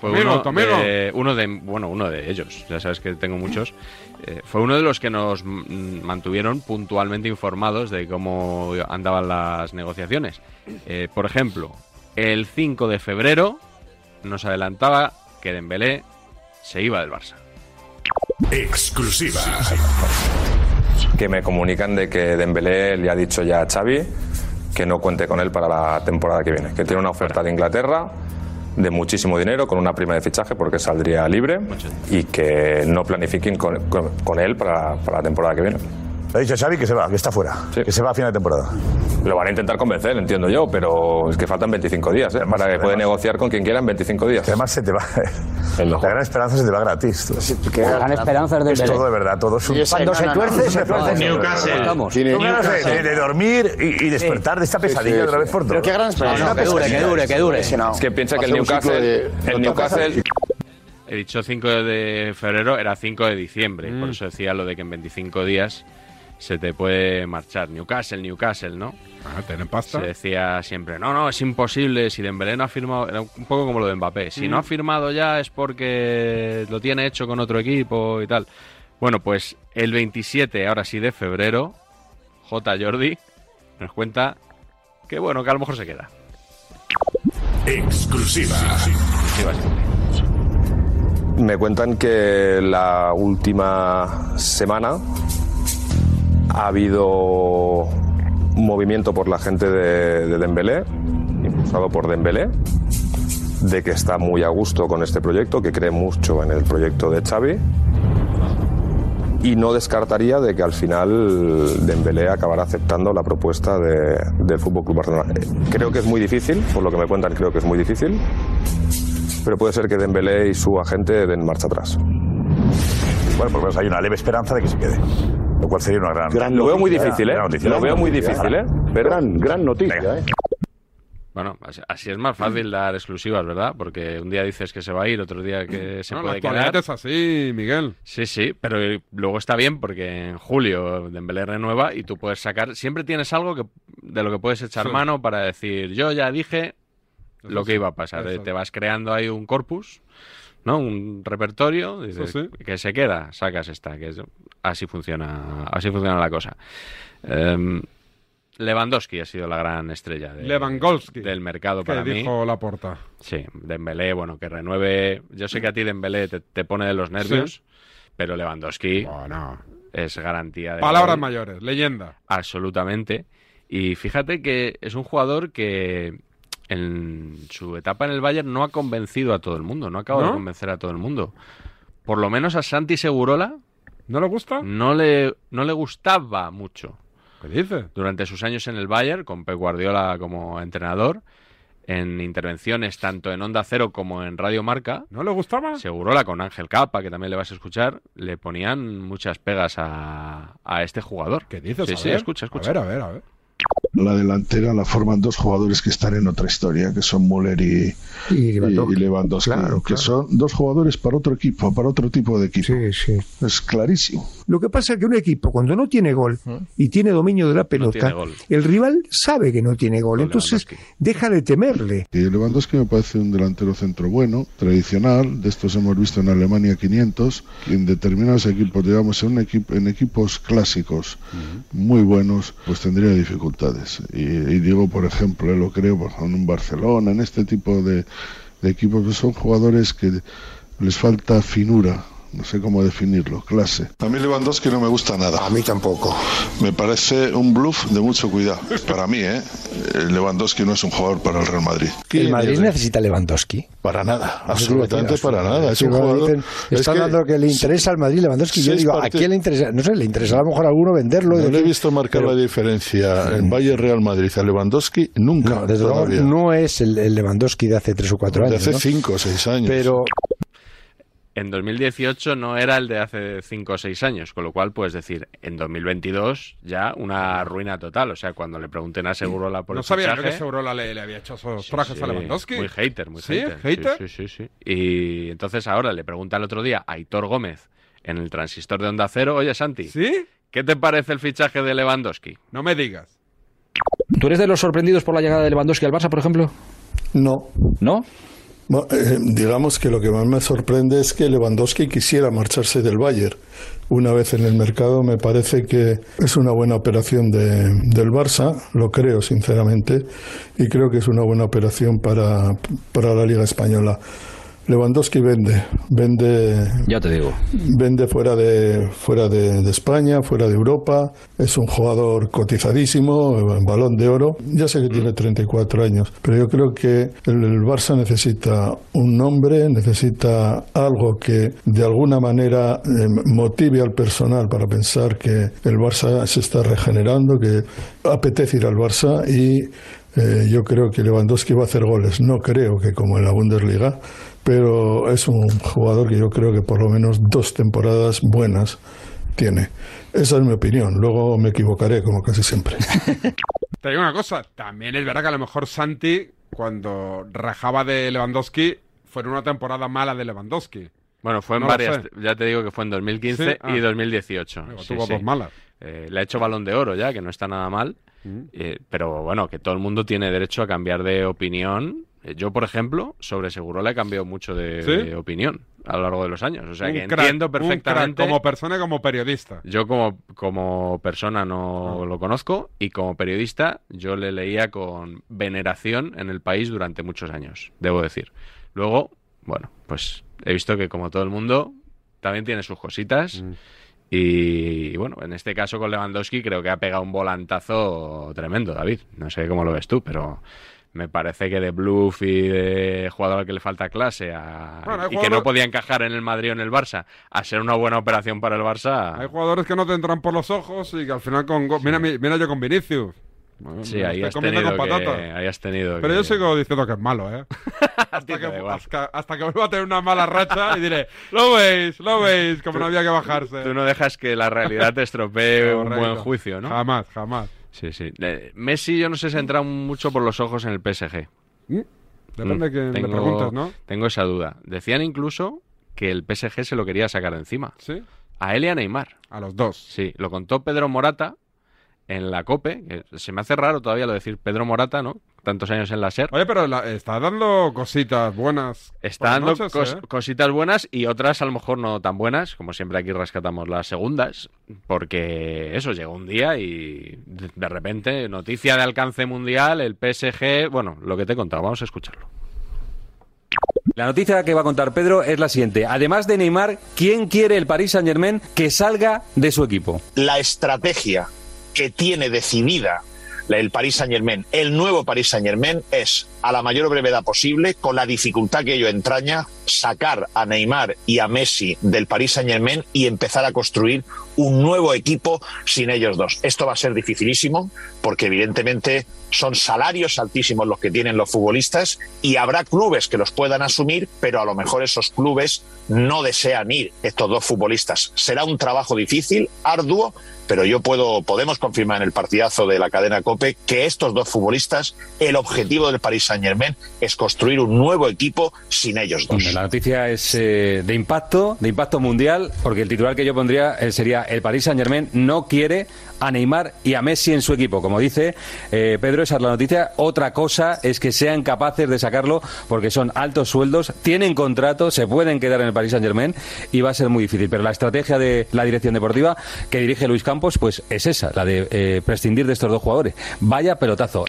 S11: fue
S4: Amigo, tu
S11: uno,
S4: amigo.
S11: de, uno de, bueno, uno de ellos. Ya sabes que tengo muchos. Eh, fue uno de los que nos mm, mantuvieron puntualmente informados de cómo andaban las negociaciones. Eh, por ejemplo, el 5 de febrero nos adelantaba que Dembélé se iba del Barça.
S33: Exclusiva. Que me comunican de que Dembélé le ha dicho ya a Xavi que no cuente con él para la temporada que viene, que tiene una oferta de Inglaterra de muchísimo dinero con una prima de fichaje porque saldría libre y que no planifiquen con, con- con él para, para la temporada que viene.
S9: Le ha dicho a Xavi que se va, que está fuera, que se va a final de temporada.
S33: Lo van a intentar convencer, entiendo yo, pero es que faltan 25 días ¿eh? para que pueda negociar con quien quiera en 25 días. Además se te va.
S9: La gran esperanza se te va gratis. tú.
S33: La gran esperanza es
S9: Es
S33: Dembélé.
S9: todo de verdad, todo es un...
S33: Y es- Cuando no, se no, no. tuerce, se tuerce.
S9: Newcastle.
S33: Newcastle.
S9: Vamos.
S33: Tiene
S9: Tú ganas de-
S33: Newcastle.
S9: de, de dormir y, y despertar de esta
S33: Sí, sí,
S9: pesadilla de una
S33: sí.
S9: vez por todas.
S33: Pero qué gran esperanza.
S9: Es una
S33: No, que dure,
S9: pesadilla.
S33: que dure, que dure.
S9: Es que
S33: piensa que el Newcastle, el Newcastle
S11: He dicho 5 de febrero, era 5 de diciembre. Por eso decía lo de que en 25 días se te puede marchar. Newcastle, Newcastle, ¿no?
S4: Ah, tener pasta.
S11: Se decía siempre, no, no, es imposible. Si Dembélé no ha firmado, era un poco como lo de Mbappé. Si
S33: Mm.
S11: no ha firmado ya es porque lo tiene hecho con otro equipo y tal. Bueno, pues el 27, ahora sí, de febrero, J. Jordi nos cuenta que bueno, que a lo mejor se queda.
S23: Exclusiva.
S33: Me cuentan que la última semana ha habido un movimiento por la gente de, de Dembélé, impulsado por Dembélé, de que está muy a gusto con este proyecto, que cree mucho en el proyecto de Xavi y no descartaría de que al final Dembélé acabará aceptando la propuesta de- del Fútbol Club Barcelona. Eh, Creo que es muy difícil, por lo que me cuentan, creo que es muy difícil, pero puede ser que Dembélé y su agente den marcha atrás.
S9: Bueno, por lo menos hay una leve esperanza de que se quede. Lo cual sería una gran...
S33: Lo veo muy difícil, ¿eh?
S9: Gran noticia.
S33: Lo veo muy difícil, ¿eh? Pero-
S9: Gran, gran noticia, ¿eh?
S11: Bueno, así- así es más fácil dar exclusivas, ¿verdad? Porque un día dices que se va a ir, otro día que se
S4: No, la
S11: puede
S4: actualidad
S11: quedar.
S4: es así, Miguel.
S11: Sí, sí, pero eh, luego está bien porque en julio Dembélé renueva y tú puedes sacar, siempre tienes algo que de lo que puedes echar
S33: Sí.
S11: mano para decir, yo ya dije lo que iba a pasar. Eh, Te vas creando ahí un corpus, ¿no? Un repertorio, dices,
S33: sí.
S11: que se queda, sacas esta, que es- así funciona, así funciona la cosa. Em, Lewandowski ha sido la gran estrella de-
S4: Lewandowski.
S11: del mercado
S4: que
S11: para mí.
S4: dijo la porta.
S11: Sí, Dembélé, bueno, que renueve. Yo sé que a ti Dembélé te, te pone de los nervios, pero Lewandowski es garantía de
S4: Palabras
S11: gol,
S4: mayores, leyenda.
S11: absolutamente. Y fíjate que es un jugador que en su etapa en el Bayern no ha convencido a todo el mundo, no acaba
S4: ¿No?
S11: de convencer a todo el mundo. Por lo menos a Santi Segurola
S4: ¿No le gusta?
S11: no le, no le gustaba mucho.
S4: ¿Qué dice?
S11: Durante sus años en el Bayern, con Pep Guardiola como entrenador, en intervenciones tanto en Onda Cero como en Radio Marca,
S4: ¿No le gustaba?
S11: Segurola con Ángel Capa, que también le vas a escuchar, le ponían muchas pegas a, a este jugador. ¿Qué
S4: dices?
S11: Sí,
S4: A
S11: sí,
S4: ver,
S11: escucha, escucha.
S4: A ver, a ver, a ver.
S1: La delantera la forman dos jugadores que están en otra historia, que son Müller y, y Lewandowski,
S13: Claro,
S1: que
S13: claro.
S1: son dos jugadores para otro equipo, para otro tipo de equipo. Es clarísimo.
S13: Lo que pasa es que un equipo cuando no tiene gol y tiene dominio de la pelota,
S1: tiene gol.
S13: el rival sabe que no tiene gol, entonces deja de temerle.
S1: Y Lewandowski me parece un delantero centro bueno, tradicional, de estos hemos visto en Alemania 500, en determinados equipos, digamos, en, un equipo, en equipos clásicos muy buenos, pues tendría dificultades. Y, y digo, por ejemplo, eh, lo creo por ejemplo, en un Barcelona, en este tipo de, de equipos, pues son jugadores que les falta finura. No sé cómo definirlo, clase. A mí Lewandowski no me gusta nada. A mí tampoco. Me parece un bluff de mucho cuidado. Para mí, ¿eh? Lewandowski no es un jugador para el Real Madrid.
S16: ¿El Madrid necesita Lewandowski?
S1: Para nada,
S16: No sé si
S1: absolutamente
S16: lo
S1: para
S16: tiene.
S1: nada. Es
S16: Sí,
S1: un
S16: cuando
S1: jugador.
S16: dicen, está
S1: es que
S16: hablando que le interesa al Madrid Lewandowski. Yo
S1: seis
S16: digo, ¿a
S1: partidos-
S16: quién le interesa? No sé, le interesa a lo mejor a alguno venderlo. y
S1: No le he
S16: decir,
S1: visto marcar la diferencia en Valle Real Madrid a Lewandowski nunca.
S16: desde luego,
S1: todavía.
S16: no es el, el Lewandowski de hace tres o cuatro
S1: De
S16: años.
S1: hace
S16: ¿no?
S1: cinco o seis años.
S16: Pero
S11: En 2018 no era el de hace 5 o 6 años, con lo cual puedes decir, en 2022 ya una ruina total. O sea, cuando le pregunten a Segurola por
S4: No
S11: el
S4: sabía yo
S11: fichaje,
S4: que Segurola le, le había hecho esos trajes
S11: sí.
S4: a Lewandowski.
S11: Muy hater, muy
S4: ¿Sí?
S11: hater.
S4: ¿Hater?
S11: Sí, sí, sí, sí. Y entonces ahora le pregunta el otro día a Aitor Gómez en el transistor de Onda Cero, oye Santi, ¿qué te parece el fichaje de Lewandowski?
S4: No me digas.
S18: ¿Tú eres de los sorprendidos por la llegada de Lewandowski al Barça, por ejemplo?
S19: No.
S18: ¿No?
S19: Bueno, eh, digamos que lo que más me sorprende es que Lewandowski quisiera marcharse del Bayern. Una vez en el mercado me parece que es una buena operación de- del Barça, lo creo sinceramente, y creo que es una buena operación para, para la Liga Española. Lewandowski vende, vende.
S18: Ya te digo.
S19: Vende fuera de fuera de, de España, fuera de Europa. Es un jugador cotizadísimo, en balón de oro. Ya sé que tiene 34 años, pero yo creo que el, el Barça necesita un nombre, necesita algo que de alguna manera eh, motive al personal para pensar que el Barça se está regenerando, que apetece ir al Barça y eh, yo creo que Lewandowski va a hacer goles. No creo que como en la Bundesliga, pero es un jugador que yo creo que por lo menos dos temporadas buenas tiene. Esa es mi opinión. Luego me equivocaré, como casi siempre.
S4: Te digo una cosa, también es verdad que a lo mejor Santi, cuando rajaba de Lewandowski, fue en una temporada mala de Lewandowski.
S11: Bueno, fue en
S4: No lo
S11: varias,
S4: sé.
S11: ya te digo que fue en 2015
S4: Sí, ah.
S11: y 2018.
S4: Digo,
S11: Sí,
S4: tuvo
S11: sí.
S4: dos malas. Mm.
S11: Eh, le ha hecho balón de oro ya, que no está nada mal. Eh, pero bueno, que todo el mundo tiene derecho a cambiar de opinión. Eh, Yo, por ejemplo, sobre Segurola he cambiado mucho de,
S4: ¿Sí?
S11: de opinión a lo largo de los años. O sea,
S4: Un
S11: que
S4: crack,
S11: entiendo
S4: un crack
S11: perfectamente.
S4: como persona y como periodista. Ah.
S11: Yo como, como persona no lo conozco y como periodista yo le leía con veneración en el país durante muchos años, debo decir. Luego, bueno, pues he visto que como todo el mundo también tiene sus cositas y bueno, en este caso con Lewandowski creo que ha pegado un volantazo tremendo, David. No sé cómo lo ves Pues tú, pero me parece que de bluff y de jugador al que le falta clase a-
S4: Bueno, hay
S11: y que no
S4: jugador-
S11: podía encajar en el Madrid o en el Barça a ser una buena operación para el Barça.
S4: Hay jugadores que no te entran por los ojos y que al final con... go- Mira, mi- mira yo con Vinicius. Bueno,
S11: Sí,
S4: me lo
S11: ahí
S4: estoy
S11: has,
S4: comiendo
S11: tenido
S4: con
S11: que,
S4: patata.
S11: ahí has tenido
S4: Pero
S11: que-
S4: yo sigo diciendo que es malo, ¿eh? hasta, que, hasta, hasta que vuelva a tener una mala racha y diré, lo veis, lo veis, como no había que bajarse.
S11: Tú no dejas que la realidad te estropee un
S4: Correcto.
S11: buen juicio, ¿no?
S4: Jamás, jamás.
S11: Sí, sí. Eh, Messi yo no sé si ha entrado mucho por los ojos en el PSG.
S4: Depende
S11: Mm,
S4: que me preguntes, ¿no?
S11: Tengo esa duda. Decían incluso que el PSG se lo quería sacar de encima.
S4: Sí.
S11: A él y a Neymar.
S4: A los dos.
S11: Sí, lo contó Pedro Morata en la COPE. que se me hace raro todavía lo de decir Pedro Morata, ¿no? tantos años en la E SER.
S4: Oye, pero la- está dando cositas buenas.
S11: Está
S4: por
S11: dando
S4: noches,
S11: cos-
S4: ¿eh?
S11: cositas buenas y otras a lo mejor no tan buenas, como siempre aquí rescatamos las segundas, porque eso llegó un día y de de repente noticia de alcance mundial, el PSG, bueno, lo que te he contado, vamos a escucharlo.
S20: La noticia que va a contar Pedro es la siguiente. Además de Neymar, ¿quién quiere el Paris Saint-Germain que salga de su equipo?
S21: la estrategia que tiene decidida la- el Paris Saint Germain, el nuevo Paris Saint Germain, es a la mayor brevedad posible, con la dificultad que ello entraña, sacar a Neymar y a Messi del Paris Saint Germain y empezar a construir un nuevo equipo sin ellos dos. Esto va a ser dificilísimo porque evidentemente son salarios altísimos los que tienen los futbolistas y habrá clubes que los puedan asumir, pero a lo mejor esos clubes no desean ir estos dos futbolistas. Será un trabajo difícil, arduo, pero yo puedo podemos confirmar en el partidazo de la cadena Cope que estos dos futbolistas el objetivo del Paris Saint-Germain es construir un nuevo equipo sin ellos dos.
S20: La noticia es eh, de impacto, de impacto mundial, porque el titular que yo pondría eh, sería el Paris Saint-Germain no quiere a Neymar y a Messi en su equipo. Como dice eh, Pedro, esa es la noticia. Otra cosa es que sean capaces de sacarlo porque son altos sueldos, tienen contrato, se pueden quedar en el Paris Saint-Germain y va a ser muy difícil. Pero la estrategia de la dirección deportiva que dirige Luis Campos, pues es esa, la de eh, prescindir de estos dos jugadores. Vaya pelotazo.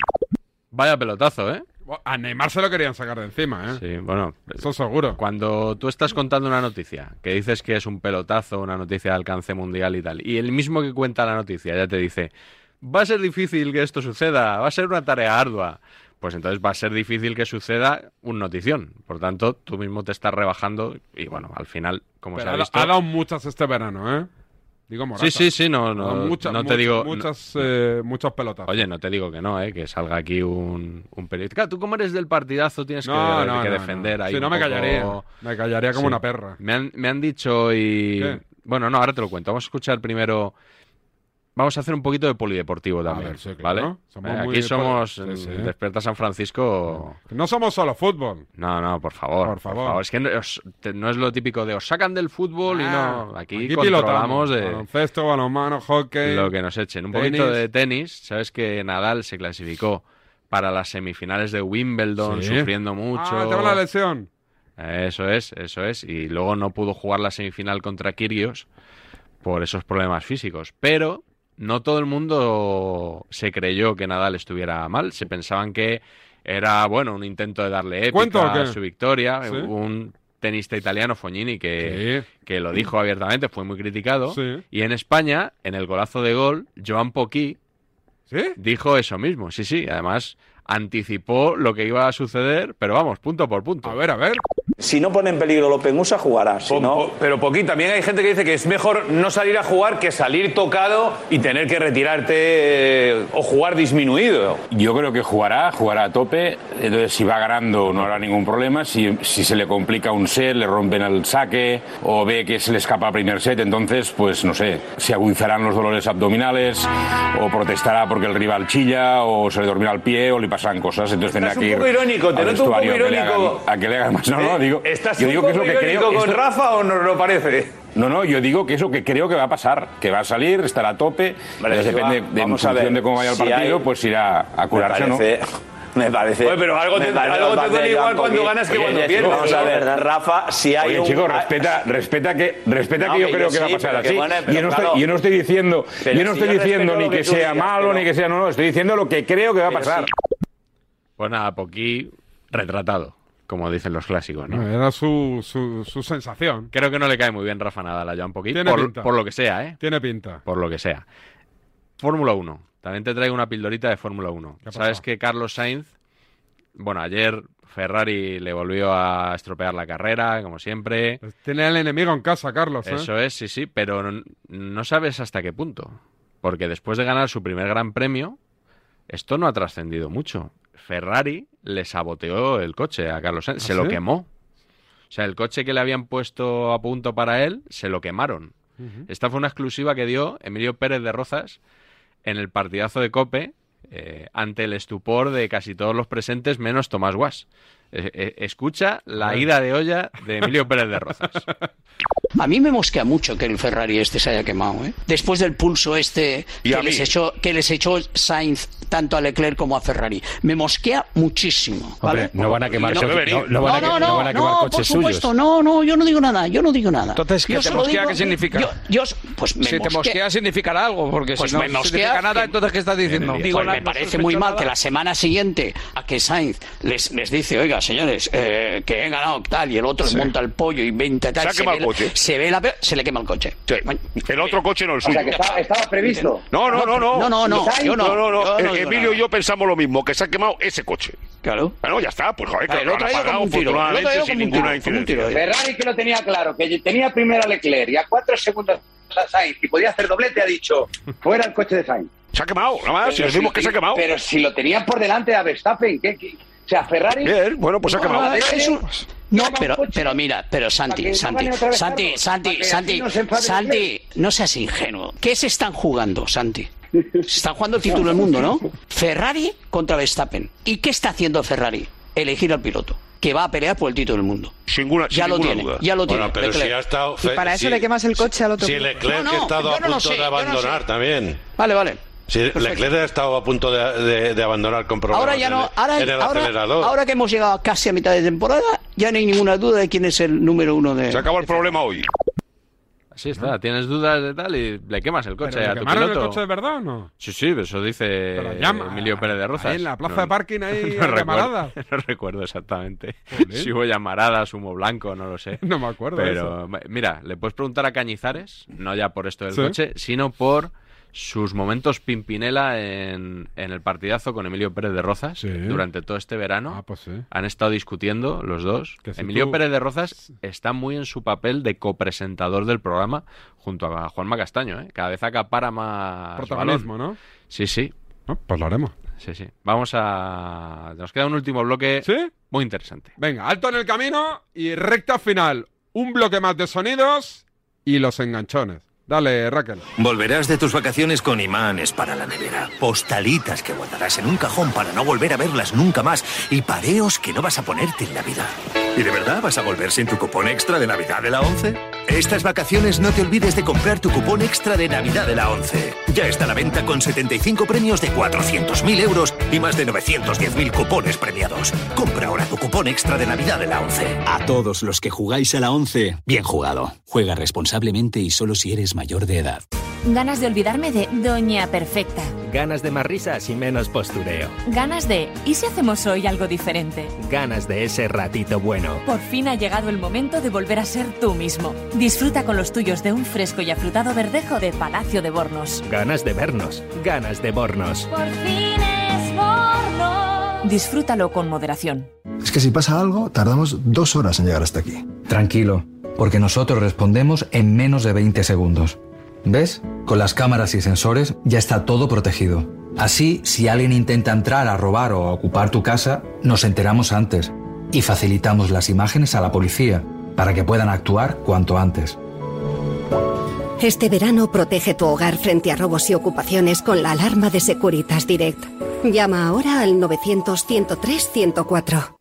S11: Vaya pelotazo, ¿eh?
S4: A Neymar se lo querían sacar de encima, ¿eh?
S11: Sí, bueno.
S4: Eso seguro.
S11: Cuando tú estás contando una noticia, que dices que es un pelotazo, una noticia de alcance mundial y tal, y el mismo que cuenta la noticia ya te dice, va a ser difícil que esto suceda, va a ser una tarea ardua, pues entonces va a ser difícil que suceda un notición. Por tanto, tú mismo te estás rebajando y bueno, al final, como
S4: Pero
S11: se ha
S4: ha,
S11: visto...
S4: ha dado muchas este verano, ¿eh? Digo Morata.
S11: Sí, sí, sí, no,
S4: Ha dado
S11: no,
S4: muchas,
S11: no te
S4: muchas,
S11: digo...
S4: Muchas, eh, muchas pelotas.
S11: Oye, no te digo que no, ¿eh? que salga aquí un, un periodista. Claro, tú como eres del partidazo tienes que,
S4: No,
S11: que
S4: no, no,
S11: defender
S4: no.
S11: ahí.
S4: Sí,
S11: un
S4: no me
S11: poco-
S4: callaría. Me callaría como una perra.
S11: Me han, me han dicho y...
S4: ¿Qué?
S11: Bueno, no, ahora te lo cuento. Vamos a escuchar primero... Vamos a hacer un poquito de polideportivo también,
S4: ver, sí, claro.
S11: ¿vale?
S4: Somos
S11: Eh,
S4: muy
S11: aquí
S4: de
S11: somos...
S4: poli- sí,
S11: en
S4: sí.
S11: Despierta San Francisco...
S4: No somos solo fútbol.
S11: No, no, por favor.
S4: Por favor.
S11: Es que no, os- te- no es lo típico de os sacan del fútbol y no... Aquí,
S4: Ah, Aquí
S11: controlamos
S4: pilotamos.
S11: de
S4: Baloncesto, balonmano, hockey.
S11: lo que nos echen. Un
S4: tenis.
S11: poquito de tenis. Sabes que Nadal se clasificó para las semifinales de Wimbledon,
S4: Sí.
S11: sufriendo mucho.
S4: Ah, tengo la lesión.
S11: Eso es, eso es. Y luego no pudo jugar la semifinal contra Kyrgios por esos problemas físicos. Pero no todo el mundo se creyó que Nadal estuviera mal. Se pensaban que era, bueno, un intento de darle
S4: ¿Cuento o
S11: épica
S4: qué?
S11: a su victoria.
S4: Sí.
S11: Un tenista italiano, Fognini, que, que lo dijo abiertamente, fue muy criticado.
S4: Sí.
S11: Y en España, en el golazo de gol, Joan Poquí dijo eso mismo. Sí, sí, además anticipó lo que iba a suceder, pero vamos, punto por punto. A ver,
S4: a ver.
S22: Si no pone en peligro Lopengusa, jugará. pero poquito. También hay gente que dice que es mejor no salir a jugar que salir tocado y tener que retirarte eh, o jugar disminuido.
S23: Yo creo que jugará, jugará a tope. Entonces, si va ganando, no habrá ningún problema. Si, si se le complica un set, le rompen el saque o ve que se le escapa el primer set, entonces, pues no sé, se agudizarán los dolores abdominales o protestará porque el rival chilla o se le dormirá el pie o le pasarán cosas. Entonces, tendrá
S22: Estás un
S23: que ir.
S22: poco irónico, te
S23: al
S22: noto un poco
S23: vestuario a que le
S22: irónico.
S23: hagan- A que le hagan más. No, no,
S22: ¿Eh?
S23: digo.
S22: ¿Estás
S23: yo
S22: un
S23: digo que es lo
S22: poco
S23: que creo.
S22: irónico con
S23: esto-
S22: Rafa o no lo parece?
S23: no, no, yo digo que es lo que creo que va a pasar, que va a salir, estará a tope,
S22: Vale,
S23: eh,
S22: si
S23: depende
S22: va-
S23: de, en
S22: vamos a ver,
S23: función de cómo vaya el
S22: si
S23: partido,
S22: hay-
S23: pues irá a curarse, ¿no?
S22: parece-
S23: Me parece.
S22: Oye, pero algo te, algo te duele igual cuando ganas que cuando pierdes. Rafa, si hay
S23: Oye,
S22: un-
S23: chicos, respeta, respeta que, respeta
S22: No,
S23: que yo
S22: que
S23: creo
S22: yo
S23: que va a
S22: sí,
S23: pasar
S22: pero que
S23: así.
S22: bueno, pero
S23: yo, no
S22: claro.
S23: estoy, yo no estoy diciendo,
S22: Pero
S23: yo no
S22: si
S23: estoy
S22: yo
S23: diciendo
S22: respeto
S23: ni
S22: lo
S23: que,
S22: que tú
S23: sea
S22: digas,
S23: malo
S22: pero-
S23: ni que sea no, no, estoy diciendo lo que creo que va a
S11: Pero
S23: pasar.
S11: sí. Pues nada, Poquí retratado, como dicen los clásicos, ¿no?
S4: No, Era su, su, su sensación.
S11: Creo que no le cae muy bien Rafa Nadal a Joan Poquí,
S4: Tiene
S11: por,
S4: pinta.
S11: por lo que sea, ¿eh?
S4: Tiene pinta.
S11: Por lo que sea. Fórmula 1. También te traigo una pildorita de Fórmula 1.
S4: ha
S11: Sabes que Carlos Sainz, bueno, ayer Ferrari le volvió a estropear la carrera, como siempre.
S4: Tiene el enemigo en casa, Pues Carlos. ¿eh?
S11: Eso es, sí, sí, pero n- no sabes hasta qué punto. Porque después de ganar su primer gran premio, esto no ha trascendido mucho. Ferrari le saboteó el coche a Carlos Sainz,
S23: ¿Ah,
S11: se lo
S23: sí?
S11: quemó. O sea, el coche que le habían puesto a punto para él, se lo quemaron. Esta fue una exclusiva que dio Emilio Pérez de Rozas en el partidazo de Cope eh, ante el estupor de casi todos los presentes menos Tomás Guas. Eh, eh, Escucha la ida de olla de Emilio Pérez de Rozas.
S2: A mí me mosquea mucho que el Ferrari este se haya quemado, ¿eh? Después del pulso este
S11: Y a
S2: que
S11: mí.
S2: les, echó, que les echó Sainz tanto a Leclerc como a Ferrari. Me mosquea muchísimo, ¿vale?
S34: Hombre, no van a quemar
S2: No,
S34: coches- no- no van a que- no van a quemar
S2: no,
S34: coches
S2: por supuesto,
S34: suyos.
S2: no, no, yo no digo nada, yo no digo nada.
S35: Entonces, ¿qué
S2: Yo
S35: te
S2: solo
S35: mosquea?
S2: digo-
S35: ¿Qué significa?
S2: Yo, yo- pues me
S35: si te mosquea significará algo, porque
S2: Pues
S35: si no
S2: me mosquea
S35: significa nada,
S2: que-
S35: entonces ¿qué estás diciendo?
S2: Digo, pues me parece muy mal que la semana siguiente a que Sainz les, les dice, oiga, señores, eh, que he ganado tal, y el otro
S9: Sí.
S2: monta el pollo, inventa
S9: Se
S2: tal,
S9: ha quemado
S2: ve
S9: el coche.
S2: la- se ve la pe- se le quema el coche.
S9: El otro coche no el
S2: O sea,
S9: suyo.
S2: que estaba- estaba previsto.
S9: No, no, no, no.
S2: No, no, no, yo no.
S9: No, no, no.
S2: Yo no
S9: Eh,
S2: digo
S9: Emilio
S2: nada.
S9: y yo pensamos lo mismo, que se ha quemado ese coche.
S2: Claro.
S9: Bueno, ya está, pues joder,
S2: Vale,
S9: que
S2: el
S9: lo han
S2: otro ha ido como
S9: apagado
S2: un tiro, el otro ha ido
S9: afortunadamente sin
S2: como un tiro,
S9: ninguna
S2: como un tiro. ¿eh?
S9: incidencia.
S22: Ferrari que lo tenía claro, que tenía primero a Leclerc y a cuatro segundos a Sainz y podía hacer doblete, ha dicho, fuera el coche de Sainz.
S9: Se ha quemado, nada más,
S22: Pero
S9: si decimos que se ha quemado.
S22: Pero si lo tenían por delante a Verstappen, ¿qué, qué? o sea, Ferrari...
S9: Bien, bueno, pues se ha
S2: quemado.
S22: No, es un-
S2: No, pero, pero mira, pero
S22: que
S2: Santi,
S22: no
S2: Santi,
S22: gane otra vez
S2: Santi,
S22: Carlos, para
S2: Santi,
S22: que
S2: Santi,
S22: así no se enfade
S2: Santi, no seas ingenuo. ¿Qué se están jugando, Santi? Se están jugando el título del mundo, ¿no? Ferrari contra Verstappen. ¿Y qué está haciendo Ferrari? Elegir al piloto, que va a pelear por el título del mundo. ya
S36: sin
S2: lo
S36: ninguna
S2: tiene,
S36: duda.
S2: ya lo tiene.
S36: Bueno, pero
S2: Leclerc.
S36: si ha estado fe-
S2: Y para
S36: si-
S2: eso le quemas el coche al otro
S36: Si
S2: piloto.
S36: Leclerc
S2: No, no,
S36: ha estado a
S2: yo no lo
S36: punto
S2: sé,
S36: de
S2: yo no lo
S36: abandonar
S2: sé.
S36: también.
S2: Vale, vale.
S36: Si Leclerc ha estado a punto de, de- de abandonar con problemas
S2: Ahora ya
S36: en
S2: no,
S36: el-
S2: ahora,
S36: en el
S2: ahora,
S36: acelerador.
S2: ahora que hemos llegado casi a mitad de temporada, ya no hay ninguna duda de quién es el número uno de.
S9: Se acabó el problema hoy.
S11: Así está, tienes dudas de tal y le quemas el coche
S4: ¿Pero le
S11: a tu
S4: quemaron el
S11: piloto.
S4: coche de verdad o no?
S11: Sí, sí, eso dice
S4: Pero llama,
S11: Emilio Pérez de Rozas.
S4: ahí en la plaza de parking, ahí, en
S11: recuerdo-
S4: llamarada.
S11: no recuerdo exactamente si hubo llamaradas, humo blanco, no lo sé.
S4: No me acuerdo de
S11: Pero ma- mira, le puedes preguntar a Cañizares, no ya por esto del
S4: Sí.
S11: coche, sino por sus momentos Pimpinela en, en el partidazo con Emilio Pérez de Rozas durante todo este verano.
S4: Ah,
S11: Han estado discutiendo los dos.
S4: Que si
S11: Emilio
S4: tú-
S11: Pérez de Rozas está muy en su papel de copresentador del programa junto a Juanma Castaño. ¿eh? Cada vez acapara más
S4: Protagonismo,
S11: balón.
S4: ¿no?
S11: Sí, sí.
S4: pues lo haremos.
S11: Sí, sí. Vamos a... Nos queda un último bloque muy interesante.
S4: Venga, alto en el camino y recta final. Un bloque más de sonidos y los enganchones. Dale, Raquel.
S23: Volverás de tus vacaciones con imanes para la nevera, postalitas que guardarás en un cajón para no volver a verlas nunca más y pareos que no vas a ponerte en la vida. ¿Y de verdad vas a volver sin tu cupón extra de Navidad de la 11? Estas vacaciones no te olvides de comprar tu cupón extra de Navidad de la 11. Ya está a la venta con 75 premios de 400.000 euros y más de 910.000 cupones premiados. Compra ahora tu cupón extra de Navidad de la 11.
S17: A todos los que jugáis a la 11, bien jugado. Juega responsablemente y solo si eres mayor de edad.
S15: Ganas de olvidarme de Doña Perfecta.
S17: Ganas de más risas y menos postureo.
S15: Ganas de ¿y si hacemos hoy algo diferente?
S17: Ganas de ese ratito bueno.
S15: Por fin ha llegado el momento de volver a ser tú mismo. Disfruta con los tuyos de un fresco y afrutado verdejo de Palacio de Bornos.
S17: Ganas de vernos. Ganas de bornos.
S15: Por fin es Bornos. Disfrútalo con moderación.
S37: Es que si pasa algo, tardamos dos horas en llegar hasta aquí.
S38: Tranquilo, porque nosotros respondemos en menos de 20 segundos. ¿Ves? Con las cámaras y sensores ya está todo protegido. Así, si alguien intenta entrar a robar o a ocupar tu casa, nos enteramos antes y facilitamos las imágenes a la policía para que puedan actuar cuanto antes.
S39: Este verano protege tu hogar frente a robos y ocupaciones con la alarma de Securitas Direct. Llama ahora al 900-103-104.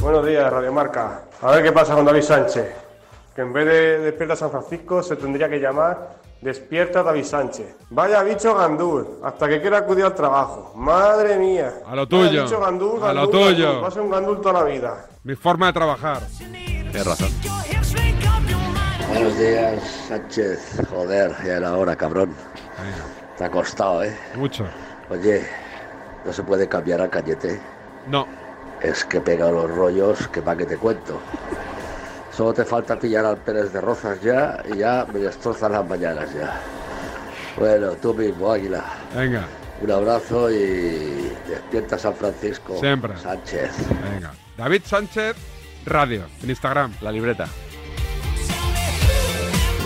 S40: Buenos días, Radio Marca. A ver qué pasa con David Sánchez. Que en vez de Despierta San Francisco se tendría que llamar Despierta David Sánchez. Vaya bicho gandul, hasta que quiera acudir al trabajo. Madre mía.
S4: A lo
S40: Vaya
S4: tuyo.
S40: bicho gandul,
S4: A lo
S40: gandul,
S4: tuyo.
S40: gandul. Va a ser un gandul toda la vida.
S4: Mi forma de trabajar.
S11: Tienes razón.
S41: Buenos días, Sánchez. Joder, ya era hora, cabrón. Te ha costado, ¿eh?
S4: Mucho.
S41: Oye, no se puede cambiar a Cañete.
S4: No.
S41: Es que pega los rollos que pa' que te cuento. Solo te falta pillar al Pérez de Rozas ya y ya me destrozan las mañanas ya. Bueno, tú mismo, Águila.
S4: Venga.
S41: Un abrazo y despierta San Francisco.
S4: Siempre.
S41: Sánchez.
S4: Venga. David Sánchez Radio, en Instagram.
S11: La libreta.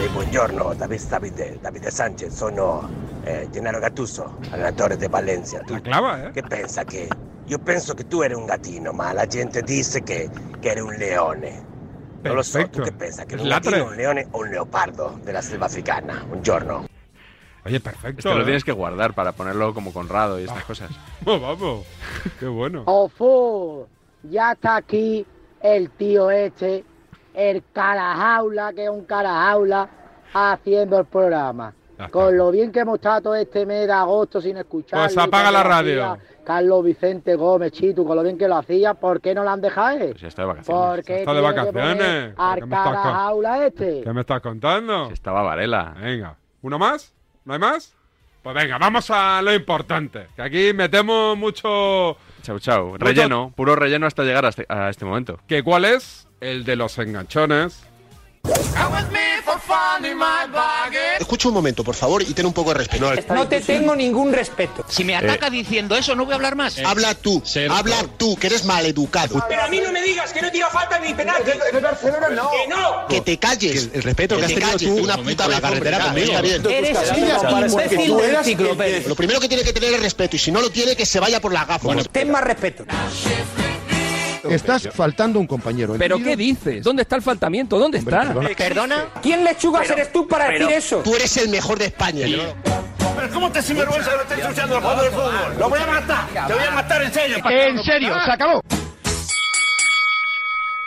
S10: Eh, buongiorno, David, Davide, Davide Sanchez, sono eh, Gennaro Gattuso, allenatore di Valencia. Tu
S24: ¿eh?
S10: Che pensa che? Io penso che tu eri un gattino, ma la gente disse che, che eri un leone.
S42: No lo so, ¿tú
S4: Perfecto.
S42: qué piensas? Que
S4: Es
S42: un
S4: latre.
S42: gatino, un leone o un leopardo de la selva africana, un giorno.
S4: Oye, perfecto.
S11: Este
S4: ¿eh?
S11: lo tienes que guardar para ponerlo como Conrado y estas cosas.
S4: Vamos, Oh, vamos. Qué bueno.
S1: Ofu, ya está aquí el tío este, el carajaula, que es un carajaula, haciendo el programa. Con lo bien que hemos estado todo este mes de agosto sin escuchar.
S4: Pues apaga la radio.
S1: Carlos Vicente Gómez Chitu, con lo bien que lo hacía, ¿por qué no lo han dejado? eh?
S11: está de vacaciones.
S1: ¿Por qué
S4: Pues Está de
S1: tiene que
S4: vacaciones.
S1: poner Al
S4: ¿Qué me estás con-
S1: carajaula este.
S4: ¿Qué me estás contando?
S11: estaba Varela.
S4: Venga. ¿Uno más? ¿No hay más? Pues venga, vamos a lo importante. Que aquí metemos mucho.
S11: Chau, chau. Relleno, puro relleno hasta llegar a este, a este momento.
S4: ¿Que cuál es? El de los enganchones.
S6: Escucha un momento, por favor, y ten un poco de respeto.
S7: No te tengo ningún respeto.
S6: Si
S7: me ataca diciendo eso, no voy a hablar más.
S6: Eh, habla tú, habla tú, que eres maleducado.
S7: Pero a mí no me digas que no tira falta ni penalti.
S6: no.
S7: Que no.
S6: Que te calles. el respeto
S7: que
S6: que,
S7: has
S6: te
S7: tenido
S6: calles,
S7: tú.
S6: una
S7: Un momento,
S6: puta vez,
S7: la carretera
S6: hombre,
S7: conmigo.
S6: está bien.
S7: Eres
S6: Buscas
S7: un
S6: algo
S7: imbécil
S6: para decir que tú
S7: del
S6: eras
S7: ciclo,
S6: el que-
S7: Pérez.
S6: Lo primero que tiene que tener es respeto, y si no lo tiene, que se vaya por la gafa.
S7: ten más respeto.
S8: Estás faltando un compañero.
S3: ¿Pero qué dices? ¿Dónde está el faltamiento? ¿Dónde está?
S7: ¿Quién lechugas
S3: Pero-
S7: eres tú para
S3: pero-
S7: decir eso?
S6: Tú eres el mejor de España.
S7: Pero ¿cómo te sinvergüenza lo está ensuciando el juego del fútbol?
S6: Lo voy a matar. Te voy a matar en serio.
S7: En serio, se acabó.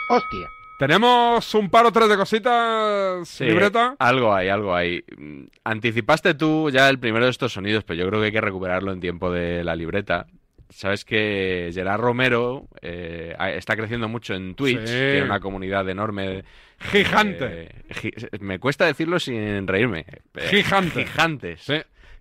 S4: Hostia. Tenemos un par o tres de cositas,
S11: Sí,
S4: libreta.
S11: Algo hay, algo hay. Mm, Anticipaste tú ya el primero de estos sonidos, pero yo creo que hay que recuperarlo en tiempo de la libreta. Sabes que Gerard Romero eh, ha- está creciendo mucho en Twitch,
S4: Sí.
S11: tiene una comunidad enorme.
S4: Gigante.
S11: Eh, gi- me cuesta decirlo sin reírme. Eh,
S4: Gigante.
S11: Gigantes.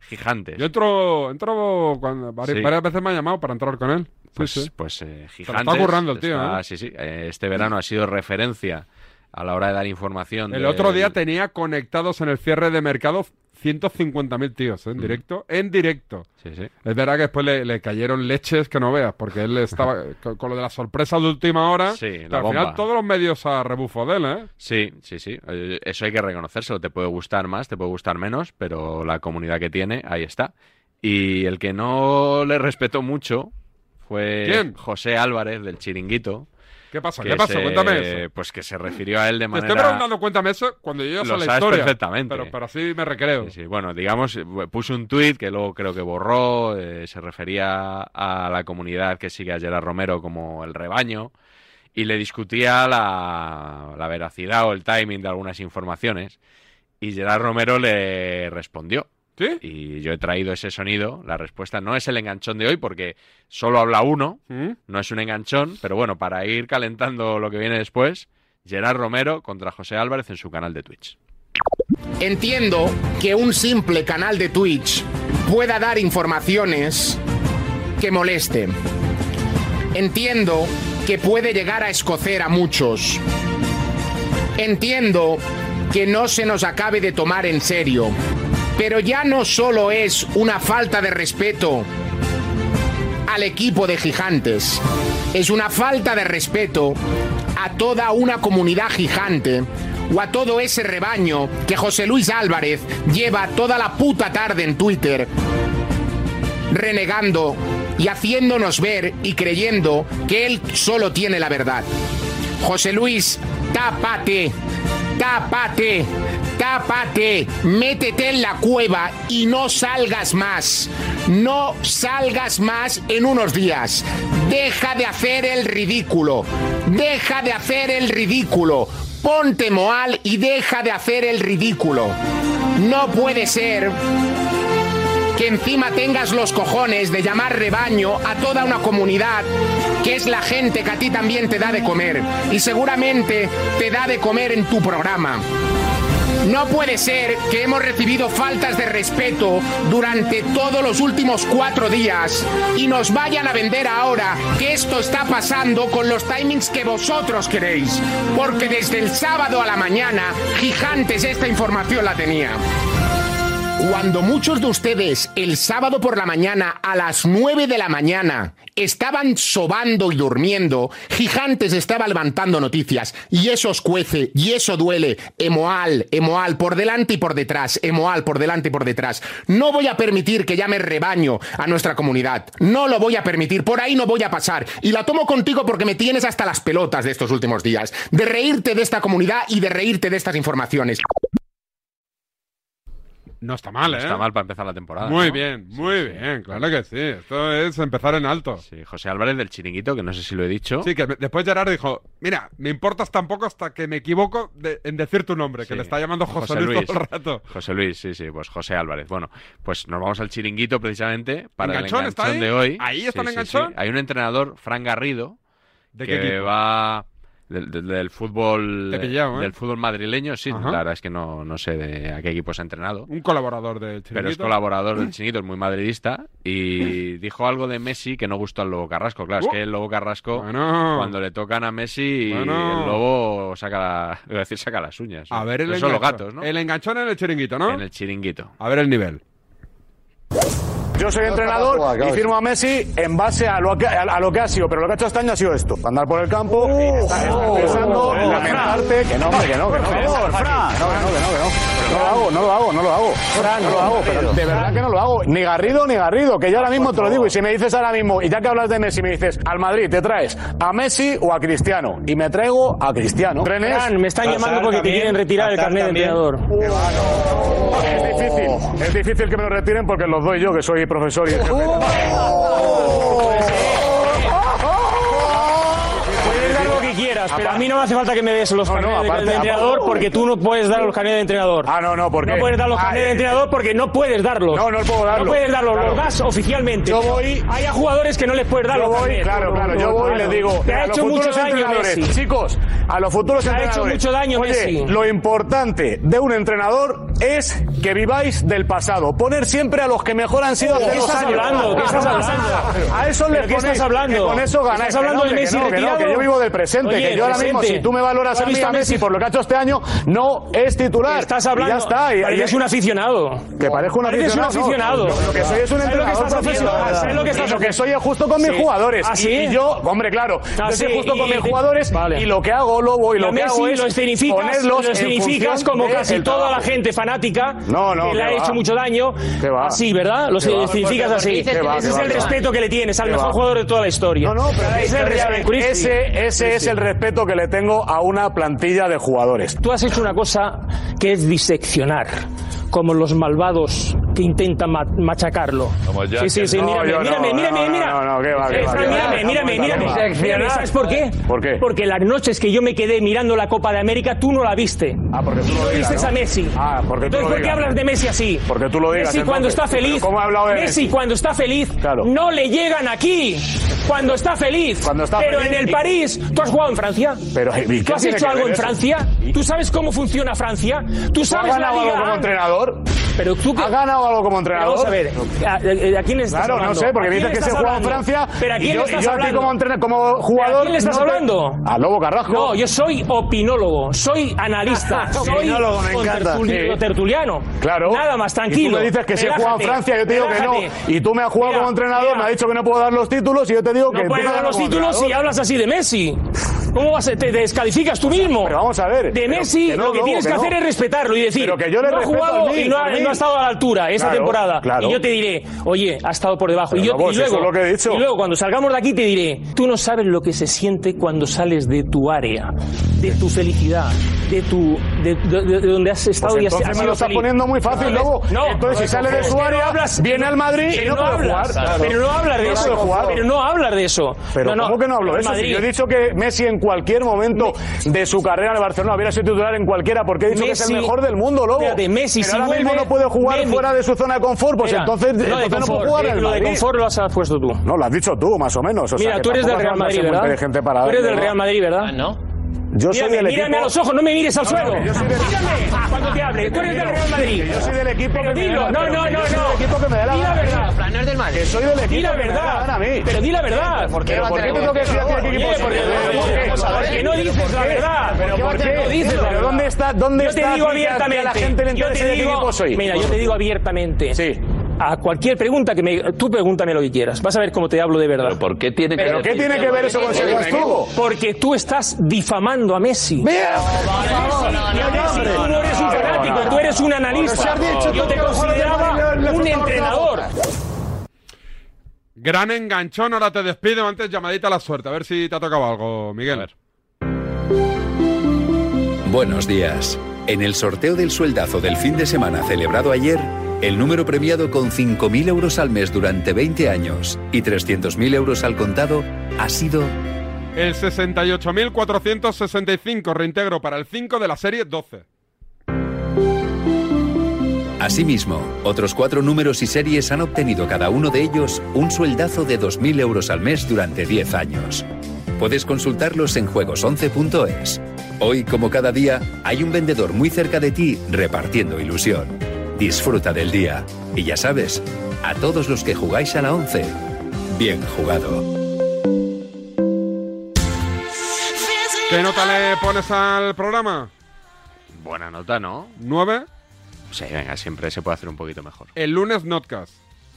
S11: Gigantes.
S4: Yo entro, entro cuando, vari-
S11: Sí.
S4: varias veces me ha llamado para entrar con él. Sí,
S11: Pues,
S4: sí.
S11: pues,
S4: Se
S11: eh,
S4: lo
S11: gigantes.
S4: está currando el tío.
S11: está-
S4: ¿eh?
S11: sí, sí. Eh, Este verano ha sido referencia a la hora de dar información.
S4: El
S11: del-
S4: otro día tenía conectados en el cierre de mercado 150.000 tíos ¿eh? en directo. En directo.
S11: Mm. Sí, sí.
S4: Es verdad que después le, le cayeron leches que no veas, porque él estaba con, con lo de la sorpresa de última hora.
S11: Sí,
S4: pero
S11: la
S4: al
S11: bomba.
S4: final todos los medios a rebufo de él, ¿eh?
S11: Sí, sí, sí. Eh, Eso hay que reconocérselo. Te puede gustar más, te puede gustar menos, pero la comunidad que tiene, ahí está. Y el que no le respetó mucho fue
S4: ¿Quién?
S11: José Álvarez del Chiringuito.
S4: ¿Qué pasó?
S11: que
S4: ¿Qué pasó?
S11: se-
S4: Cuéntame eso.
S11: Pues que se refirió a él de
S4: Te
S11: manera.
S4: estoy preguntando, cuéntame eso cuando yo ya sé
S11: Lo
S4: la
S11: sabes
S4: historia.
S11: perfectamente.
S4: Pero, pero así me recreo.
S11: Sí, sí. Bueno, digamos, eh, puso un tuit que luego creo que borró, eh, se refería a la comunidad que sigue a Gerard Romero como el rebaño y le discutía la, la veracidad o el timing de algunas informaciones y Gerard Romero le respondió. Y yo he traído ese sonido. La respuesta no es el enganchón de hoy porque solo habla uno, no es un enganchón, pero bueno, para ir calentando lo que viene después, Gerard Romero contra José Álvarez en su canal de Twitch.
S6: Entiendo que un simple canal de Twitch pueda dar informaciones que molesten. Entiendo que puede llegar a escocer a muchos. Entiendo que no se nos acabe de tomar en serio. Pero ya no solo es una falta de respeto al equipo de gigantes. Es una falta de respeto a toda una comunidad gigante o a todo ese rebaño que José Luis Álvarez lleva toda la puta tarde en Twitter renegando y haciéndonos ver y creyendo que él solo tiene la verdad. José Luis, tápate, tápate, tápate, métete en la cueva y no salgas más. No salgas más en unos días. Deja de hacer el ridículo. Deja de hacer el ridículo. Ponte moal y deja de hacer el ridículo. No puede ser que encima tengas los cojones de llamar rebaño a toda una comunidad que es la gente que a ti también te da de comer y seguramente te da de comer en tu programa. No puede ser que hemos recibido faltas de respeto durante todos los últimos cuatro días y nos vayan a vender ahora que esto está pasando con los timings que vosotros queréis. Porque desde el sábado a la mañana, Gigantes esta información la tenía. Cuando muchos de ustedes el sábado por la mañana a las 9 de la mañana estaban sobando y durmiendo, Gigantes estaba levantando noticias y eso os cuece y eso duele. Emoal, Emoal por delante y por detrás, Emoal por delante y por detrás. No voy a permitir que llame rebaño a nuestra comunidad. No lo voy a permitir, por ahí no voy a pasar y la tomo contigo porque me tienes hasta las pelotas de estos últimos días, de reírte de esta comunidad y de reírte de estas informaciones.
S4: No está mal, ¿eh?
S11: Está mal para empezar la temporada.
S4: Muy
S11: ¿no?
S4: bien, muy bien, claro que sí. Esto es empezar en alto.
S11: Sí, eh, José Álvarez del Chiringuito, que no sé si lo he dicho.
S4: Sí, que me- después Gerard dijo, mira, me importas tampoco hasta que me equivoco de- en decir tu nombre, que
S11: Sí.
S4: le está llamando José, Luis, todo el rato.
S11: José Luis, sí, sí, pues José Álvarez. Bueno, pues nos vamos al chiringuito precisamente para
S4: ¿Enganchón
S11: el
S4: está
S11: enganchón
S4: ahí?
S11: de hoy.
S4: ¿Ahí está el
S11: Sí, sí,
S4: enganchón?
S11: sí. Hay un entrenador, Fran Garrido,
S4: ¿De qué
S11: que
S4: equipo?
S11: va del, del- del fútbol
S4: Te he pillado, ¿eh?
S11: del fútbol madrileño, sí,
S4: Ajá.
S11: la verdad es que no, no sé de a qué equipo se ha entrenado.
S4: Un colaborador del chiringuito.
S11: Pero es colaborador del Chinito, es muy madridista. Y dijo algo de Messi que no gustó al Lobo Carrasco. Claro,
S4: Uh.
S11: es que el Lobo Carrasco,
S4: Bueno.
S11: cuando le tocan a Messi,
S4: Bueno.
S11: el Lobo saca, la- iba a decir, saca las uñas.
S4: A ver el
S11: Pero Pues son los
S4: enganchón.
S11: gatos, ¿no?
S4: El enganchón en el chiringuito, ¿no?
S11: En el chiringuito.
S4: A ver el nivel.
S9: Yo soy entrenador y firmo a Messi en base a lo que, a lo que ha sido, pero lo que ha hecho este año ha sido esto. Andar por el campo, estar estar pensando, en lamentarte, que no, hombre, que no, que no. que no, que no, que no, que no, que no. No lo hago, no lo hago, no lo hago. Fran, no lo hago, pero de verdad que no lo hago. Ni Garrido ni Garrido, que yo ahora mismo te lo digo. Y si me dices ahora mismo, y ya que hablas de Messi, me dices, al Madrid te traes a Messi o a Cristiano. Y me traigo a Cristiano. Trenes.
S10: Fran, me están llamando porque te quieren retirar el carnet de entrenador.
S9: Es difícil, es difícil que me lo retiren porque los doy yo, que soy profesor y...
S10: Puedes dar lo que quieras, pero a mí no me hace falta que me des los
S9: No, no,
S10: carnets de-
S9: aparte-
S10: de entrenador
S9: aparte-
S10: porque tú no puedes dar los carnets de entrenador.
S9: Ah, no, no, ¿por
S10: No
S9: qué?
S10: puedes dar los
S9: Ah,
S10: carnets
S9: eh.
S10: de entrenador porque no puedes darlos.
S9: No, no puedo
S10: No
S9: darlos.
S10: puedes darlos,
S9: Claro.
S10: los das oficialmente.
S9: Yo voy-
S10: Hay a jugadores que no les puedes dar
S9: Yo
S10: los
S9: voy,
S10: carnets.
S9: claro, claro, yo voy y les digo.
S10: Te
S9: a
S10: ha
S9: los
S10: hecho mucho
S9: futuros
S10: daño
S9: entrenadores,
S10: Messi.
S9: Chicos, a los futuros
S10: Te ha hecho
S9: entrenadores.
S10: mucho daño
S9: Oye,
S10: Messi.
S9: Lo importante de un entrenador es que viváis del pasado. Poner siempre a los que mejor han sido
S10: ¿Qué
S9: hace dos
S10: estás
S9: años.
S10: hablando? ¿Qué estás hablando?
S9: A eso
S10: ¿Pero
S9: le
S10: qué estás hablando?
S9: con eso ganáis.
S10: ¿Estás hablando
S9: Que no,
S10: de
S9: que
S10: Messi
S9: no, que no,
S10: retirado?
S9: que yo vivo del presente.
S10: Oye,
S9: que yo ahora mismo,
S10: presente.
S9: si tú me valoras
S10: ¿Has
S9: a mí,
S10: visto
S9: a
S10: a Messi?
S9: Messi por lo que ha hecho este año, no es titular.
S10: Estás
S9: Y
S10: hablando.
S9: ya está. y-
S10: Pareces
S9: y-
S10: un aficionado.
S9: Que parezco un
S10: Pareces
S9: aficionado.
S10: un aficionado.
S9: no. Lo, lo que soy es un
S10: ¿Sabes lo que
S9: entrenador
S10: estás haciendo?
S9: profesional.
S10: ¿Sabes lo que estás
S9: Y lo que
S10: haciendo?
S9: soy es justo con mis
S10: Sí.
S9: jugadores.
S10: ¿Ah, sí?
S9: Y yo, hombre, claro.
S10: Ah,
S9: yo soy
S10: sí,
S9: justo
S10: y-
S9: con mis
S10: y-
S9: jugadores
S10: vale.
S9: y lo que hago, lo voy,
S10: Y a
S9: lo que
S10: Messi
S9: hago es
S10: lo escenificas,
S9: ponerlos
S10: lo
S9: en
S10: escenificas
S9: función
S10: como
S9: de
S10: casi
S9: el
S10: toda la
S9: trabajo.
S10: gente fanática
S9: No, no,
S10: que le
S9: qué
S10: ha
S9: va.
S10: hecho mucho daño.
S9: Qué va.
S10: Así, ¿verdad? Lo
S9: Qué va.
S10: escenificas
S9: Porque
S10: así.
S9: dices que va,
S10: Ese
S9: qué
S10: es
S9: va,
S10: el
S9: qué va.
S10: respeto que le tienes al
S9: Qué
S10: mejor
S9: va.
S10: jugador de toda la historia.
S9: No, no, pero
S10: Ese es el respeto.
S9: ese, ese es el respeto que le tengo a una plantilla de jugadores.
S10: Tú has hecho una cosa que es diseccionar, como los malvados que intentan ma- machacarlo.
S9: Como Jack
S10: sí, sí, sí,
S9: el- No,
S10: mírame,
S9: yo no,
S10: mírame,
S9: no,
S10: mírame,
S9: no,
S10: mira.
S9: no, no, qué va, qué
S10: Eh,
S9: va,
S10: Fran,
S9: qué va.
S10: mírame, mírame, mírame.
S9: Diseccionar.
S10: Mírame, ¿Sabes por qué?
S9: ¿Por qué?
S10: Porque las noches que yo me quedé mirando la Copa de América, tú no la viste. Ah,
S9: porque tú
S10: y
S9: lo
S10: no
S9: digas,
S10: viste
S9: ¿no?
S10: a Messi.
S9: Ah, porque tú
S10: Entonces,
S9: lo
S10: ¿por qué
S9: digas.
S10: hablas de Messi así?
S9: Porque tú lo digas,
S10: Messi cuando
S9: entonces.
S10: está feliz.
S9: ¿Pero cómo he hablado de Messi?
S10: cuando está feliz. No le llegan aquí. Cuando está feliz.
S9: Cuando está
S10: Pero
S9: feliz.
S10: en el París, tú has jugado en Francia.
S9: Pero, ¿y qué
S10: ¿Tú has
S9: tiene
S10: hecho
S9: que
S10: algo
S9: ver
S10: en
S9: eso?
S10: Francia? ¿Tú sabes cómo funciona Francia? ¿Tú
S9: ¿Tú has
S10: sabes la
S9: ganado
S10: Liga
S9: algo como
S10: A?
S9: entrenador?
S10: Pero tú
S9: ¿Has ganado algo como
S10: Pero
S9: entrenador?
S10: Vamos a ver, ¿a, a- a quién le estás
S9: Claro,
S10: hablando?
S9: no sé, porque
S10: ¿A
S9: me
S10: quién
S9: dices que
S10: le
S9: se
S10: estás
S9: juega en
S10: hablando?
S9: Francia.
S10: ¿Pero a quién
S9: y yo,
S10: le
S9: y
S10: estás
S9: yo a ti
S10: hablando?
S9: como, entrena- como
S10: ¿A
S9: jugador.
S10: quién le estás
S9: no te-
S10: hablando?
S9: A Lobo Carrasco.
S10: No, yo soy opinólogo, soy analista, soy
S9: Opinólogo, me
S10: con
S9: encanta.
S10: tertuli-
S9: Sí.
S10: tertuliano.
S9: Claro.
S10: Nada más, tranquilo.
S9: Y tú me dices que se juega en
S10: Relájate,
S9: Francia, yo te digo que
S10: relájate.
S9: no. Y tú me has jugado como entrenador, me has dicho que no puedo dar los títulos y yo te digo que.
S10: No
S9: tú
S10: puedes
S9: me has
S10: dar
S9: dado
S10: los
S9: como
S10: títulos si
S9: entrenador.
S10: hablas así de Messi. ¿Cómo vas a- te descalificas tú mismo? Pero
S9: vamos a ver.
S10: De
S9: pero
S10: Messi,
S9: que no,
S10: lo que
S9: Lobo,
S10: tienes que,
S9: que no.
S10: hacer es respetarlo y decir,
S9: Pero que yo le
S10: no ha
S9: respeto
S10: jugado
S9: a mí,
S10: y no ha,
S9: a mí.
S10: no ha estado a la altura esta
S9: Claro,
S10: temporada.
S9: claro.
S10: Y yo te diré, oye, ha estado por debajo.
S9: Pero
S10: y yo
S9: Lobo,
S10: y
S9: si eso
S10: luego,
S9: es lo que he dicho.
S10: y luego cuando salgamos de aquí te diré, tú no sabes lo que se siente cuando sales de tu área, de tu felicidad, de tu de, de- de- de donde has estado
S9: Pues
S10: y has,
S9: entonces
S10: has
S9: me
S10: sido
S9: lo estás
S10: feliz.
S9: poniendo muy fácil, Lobo.
S10: No,
S9: Entonces, si sale de su
S10: Es que no
S9: área, viene al Madrid y
S10: que
S9: no puede
S10: hablas,
S9: jugar. Claro.
S10: Pero no hablas de
S9: No
S10: eso.
S9: puede jugar.
S10: Pero no hablas de eso.
S9: Pero
S10: no, no,
S9: ¿cómo que no hablo de
S10: el
S9: eso? Si
S10: Madrid.
S9: yo he dicho que Messi en cualquier momento de su carrera en el Barcelona hubiera sido titular en cualquiera, porque he dicho que es
S10: Messi-
S9: el mejor del mundo, Lobo.
S10: Espérate, Messi,
S9: Pero
S10: si
S9: ahora mismo
S10: vuelve-
S9: no puede jugar
S10: Messi-
S9: fuera de su zona de confort, pues
S10: Mira,
S9: entonces,
S10: lo de
S9: entonces no
S10: confort,
S9: puede jugar
S10: eh,
S9: en el
S10: lo de
S9: Madrid.
S10: confort lo has puesto tú.
S9: No, lo has dicho tú, más o menos. Pues, o sea,
S10: Mira,
S9: que
S10: tú eres del
S9: tampoco
S10: Real
S9: has
S10: Madrid,
S9: sido muy
S10: ¿verdad?
S9: inteligente para
S10: Tú eres
S9: darle,
S10: del
S9: ¿no?
S10: Real Madrid, ¿verdad? no.
S9: Yo soy
S10: mírame,
S9: del
S10: mírame
S9: equipo...
S10: a los ojos, no me mires al
S9: No,
S10: suelo.
S9: que yo soy del-
S10: Mírame cuando te hable. Tú eres del Real Madrid.
S9: Que yo soy del equipo
S10: Pero
S9: que me
S10: dilo,
S9: da-
S10: no,
S9: pero
S10: no,
S9: que yo
S10: no,
S9: soy del
S10: no.
S9: equipo que me da la
S10: Di la
S9: gana.
S10: verdad.
S9: Que soy del equipo
S10: Di la
S9: que me da la
S10: verdad.
S9: gana a mí.
S10: Pero di la verdad.
S9: ¿Pero ¿Por qué tengo que decir a ti qué equipo
S10: Oye,
S9: soy?
S10: porque-
S9: ¿Por qué?
S10: porque no dices la
S9: ¿Por qué?
S10: verdad.
S9: ¿Por qué vas ¿Por qué? Pero ¿dónde está- dónde
S10: yo
S9: está
S10: te digo
S9: que a- que a
S10: abiertamente.
S9: la gente le
S10: yo
S9: interese
S10: te
S9: de qué
S10: digo-
S9: equipo soy?
S10: Mira, yo te digo abiertamente. Sí. A cualquier pregunta que me. Tú pregúntame lo que quieras. Vas a ver cómo te hablo de verdad. ¿Pero por qué tiene
S9: que- ¿Pero qué tiene que ver eso con ser castigo?
S10: Porque tú estás difamando a Messi. Messi, tú no eres un fanático, tú eres un analista. Yo te consideraba un entrenador.
S4: Gran enganchón, ahora te despido. Antes llamadita a la suerte, a ver si te ha tocado algo, Miguel.
S12: Buenos días. En el sorteo del sueldazo del fin de semana celebrado ayer, el número premiado con 5.000 euros al mes durante 20 años y 300.000 euros al contado ha sido
S4: El 68.465 reintegro para el 5 de la serie 12.
S12: Asimismo, otros cuatro números y series han obtenido cada uno de ellos un sueldazo de 2.000 euros al mes durante 10 años. Puedes consultarlos en juegos11.es. Hoy, como cada día, hay un vendedor muy cerca de ti repartiendo ilusión. Disfruta del día. Y ya sabes, a todos los que jugáis a la 11, bien jugado.
S4: ¿Qué nota le pones al programa?
S11: Buena nota, ¿no?
S4: ¿Nueve?
S11: Sí, venga, siempre se puede hacer un poquito mejor.
S4: El lunes Notcast.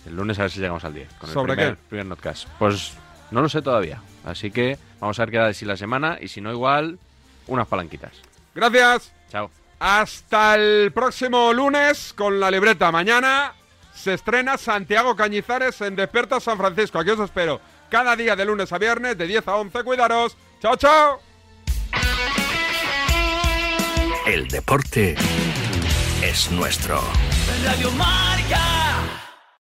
S11: El lunes a ver si llegamos al 10. Con el
S4: ¿Sobre
S11: primer,
S4: qué?
S11: primer notcast. Pues no lo sé todavía. Así que vamos a ver qué da de sí la semana y si no igual, unas palanquitas.
S4: Gracias.
S11: Chao.
S4: Hasta el próximo lunes con la libreta. Mañana se estrena Santiago Cañizares en Desperta San Francisco. Aquí os espero. Cada día de lunes a viernes de 10 a 11. Cuidaros. Chao, chao.
S26: El deporte es nuestro.
S7: Radio Marca.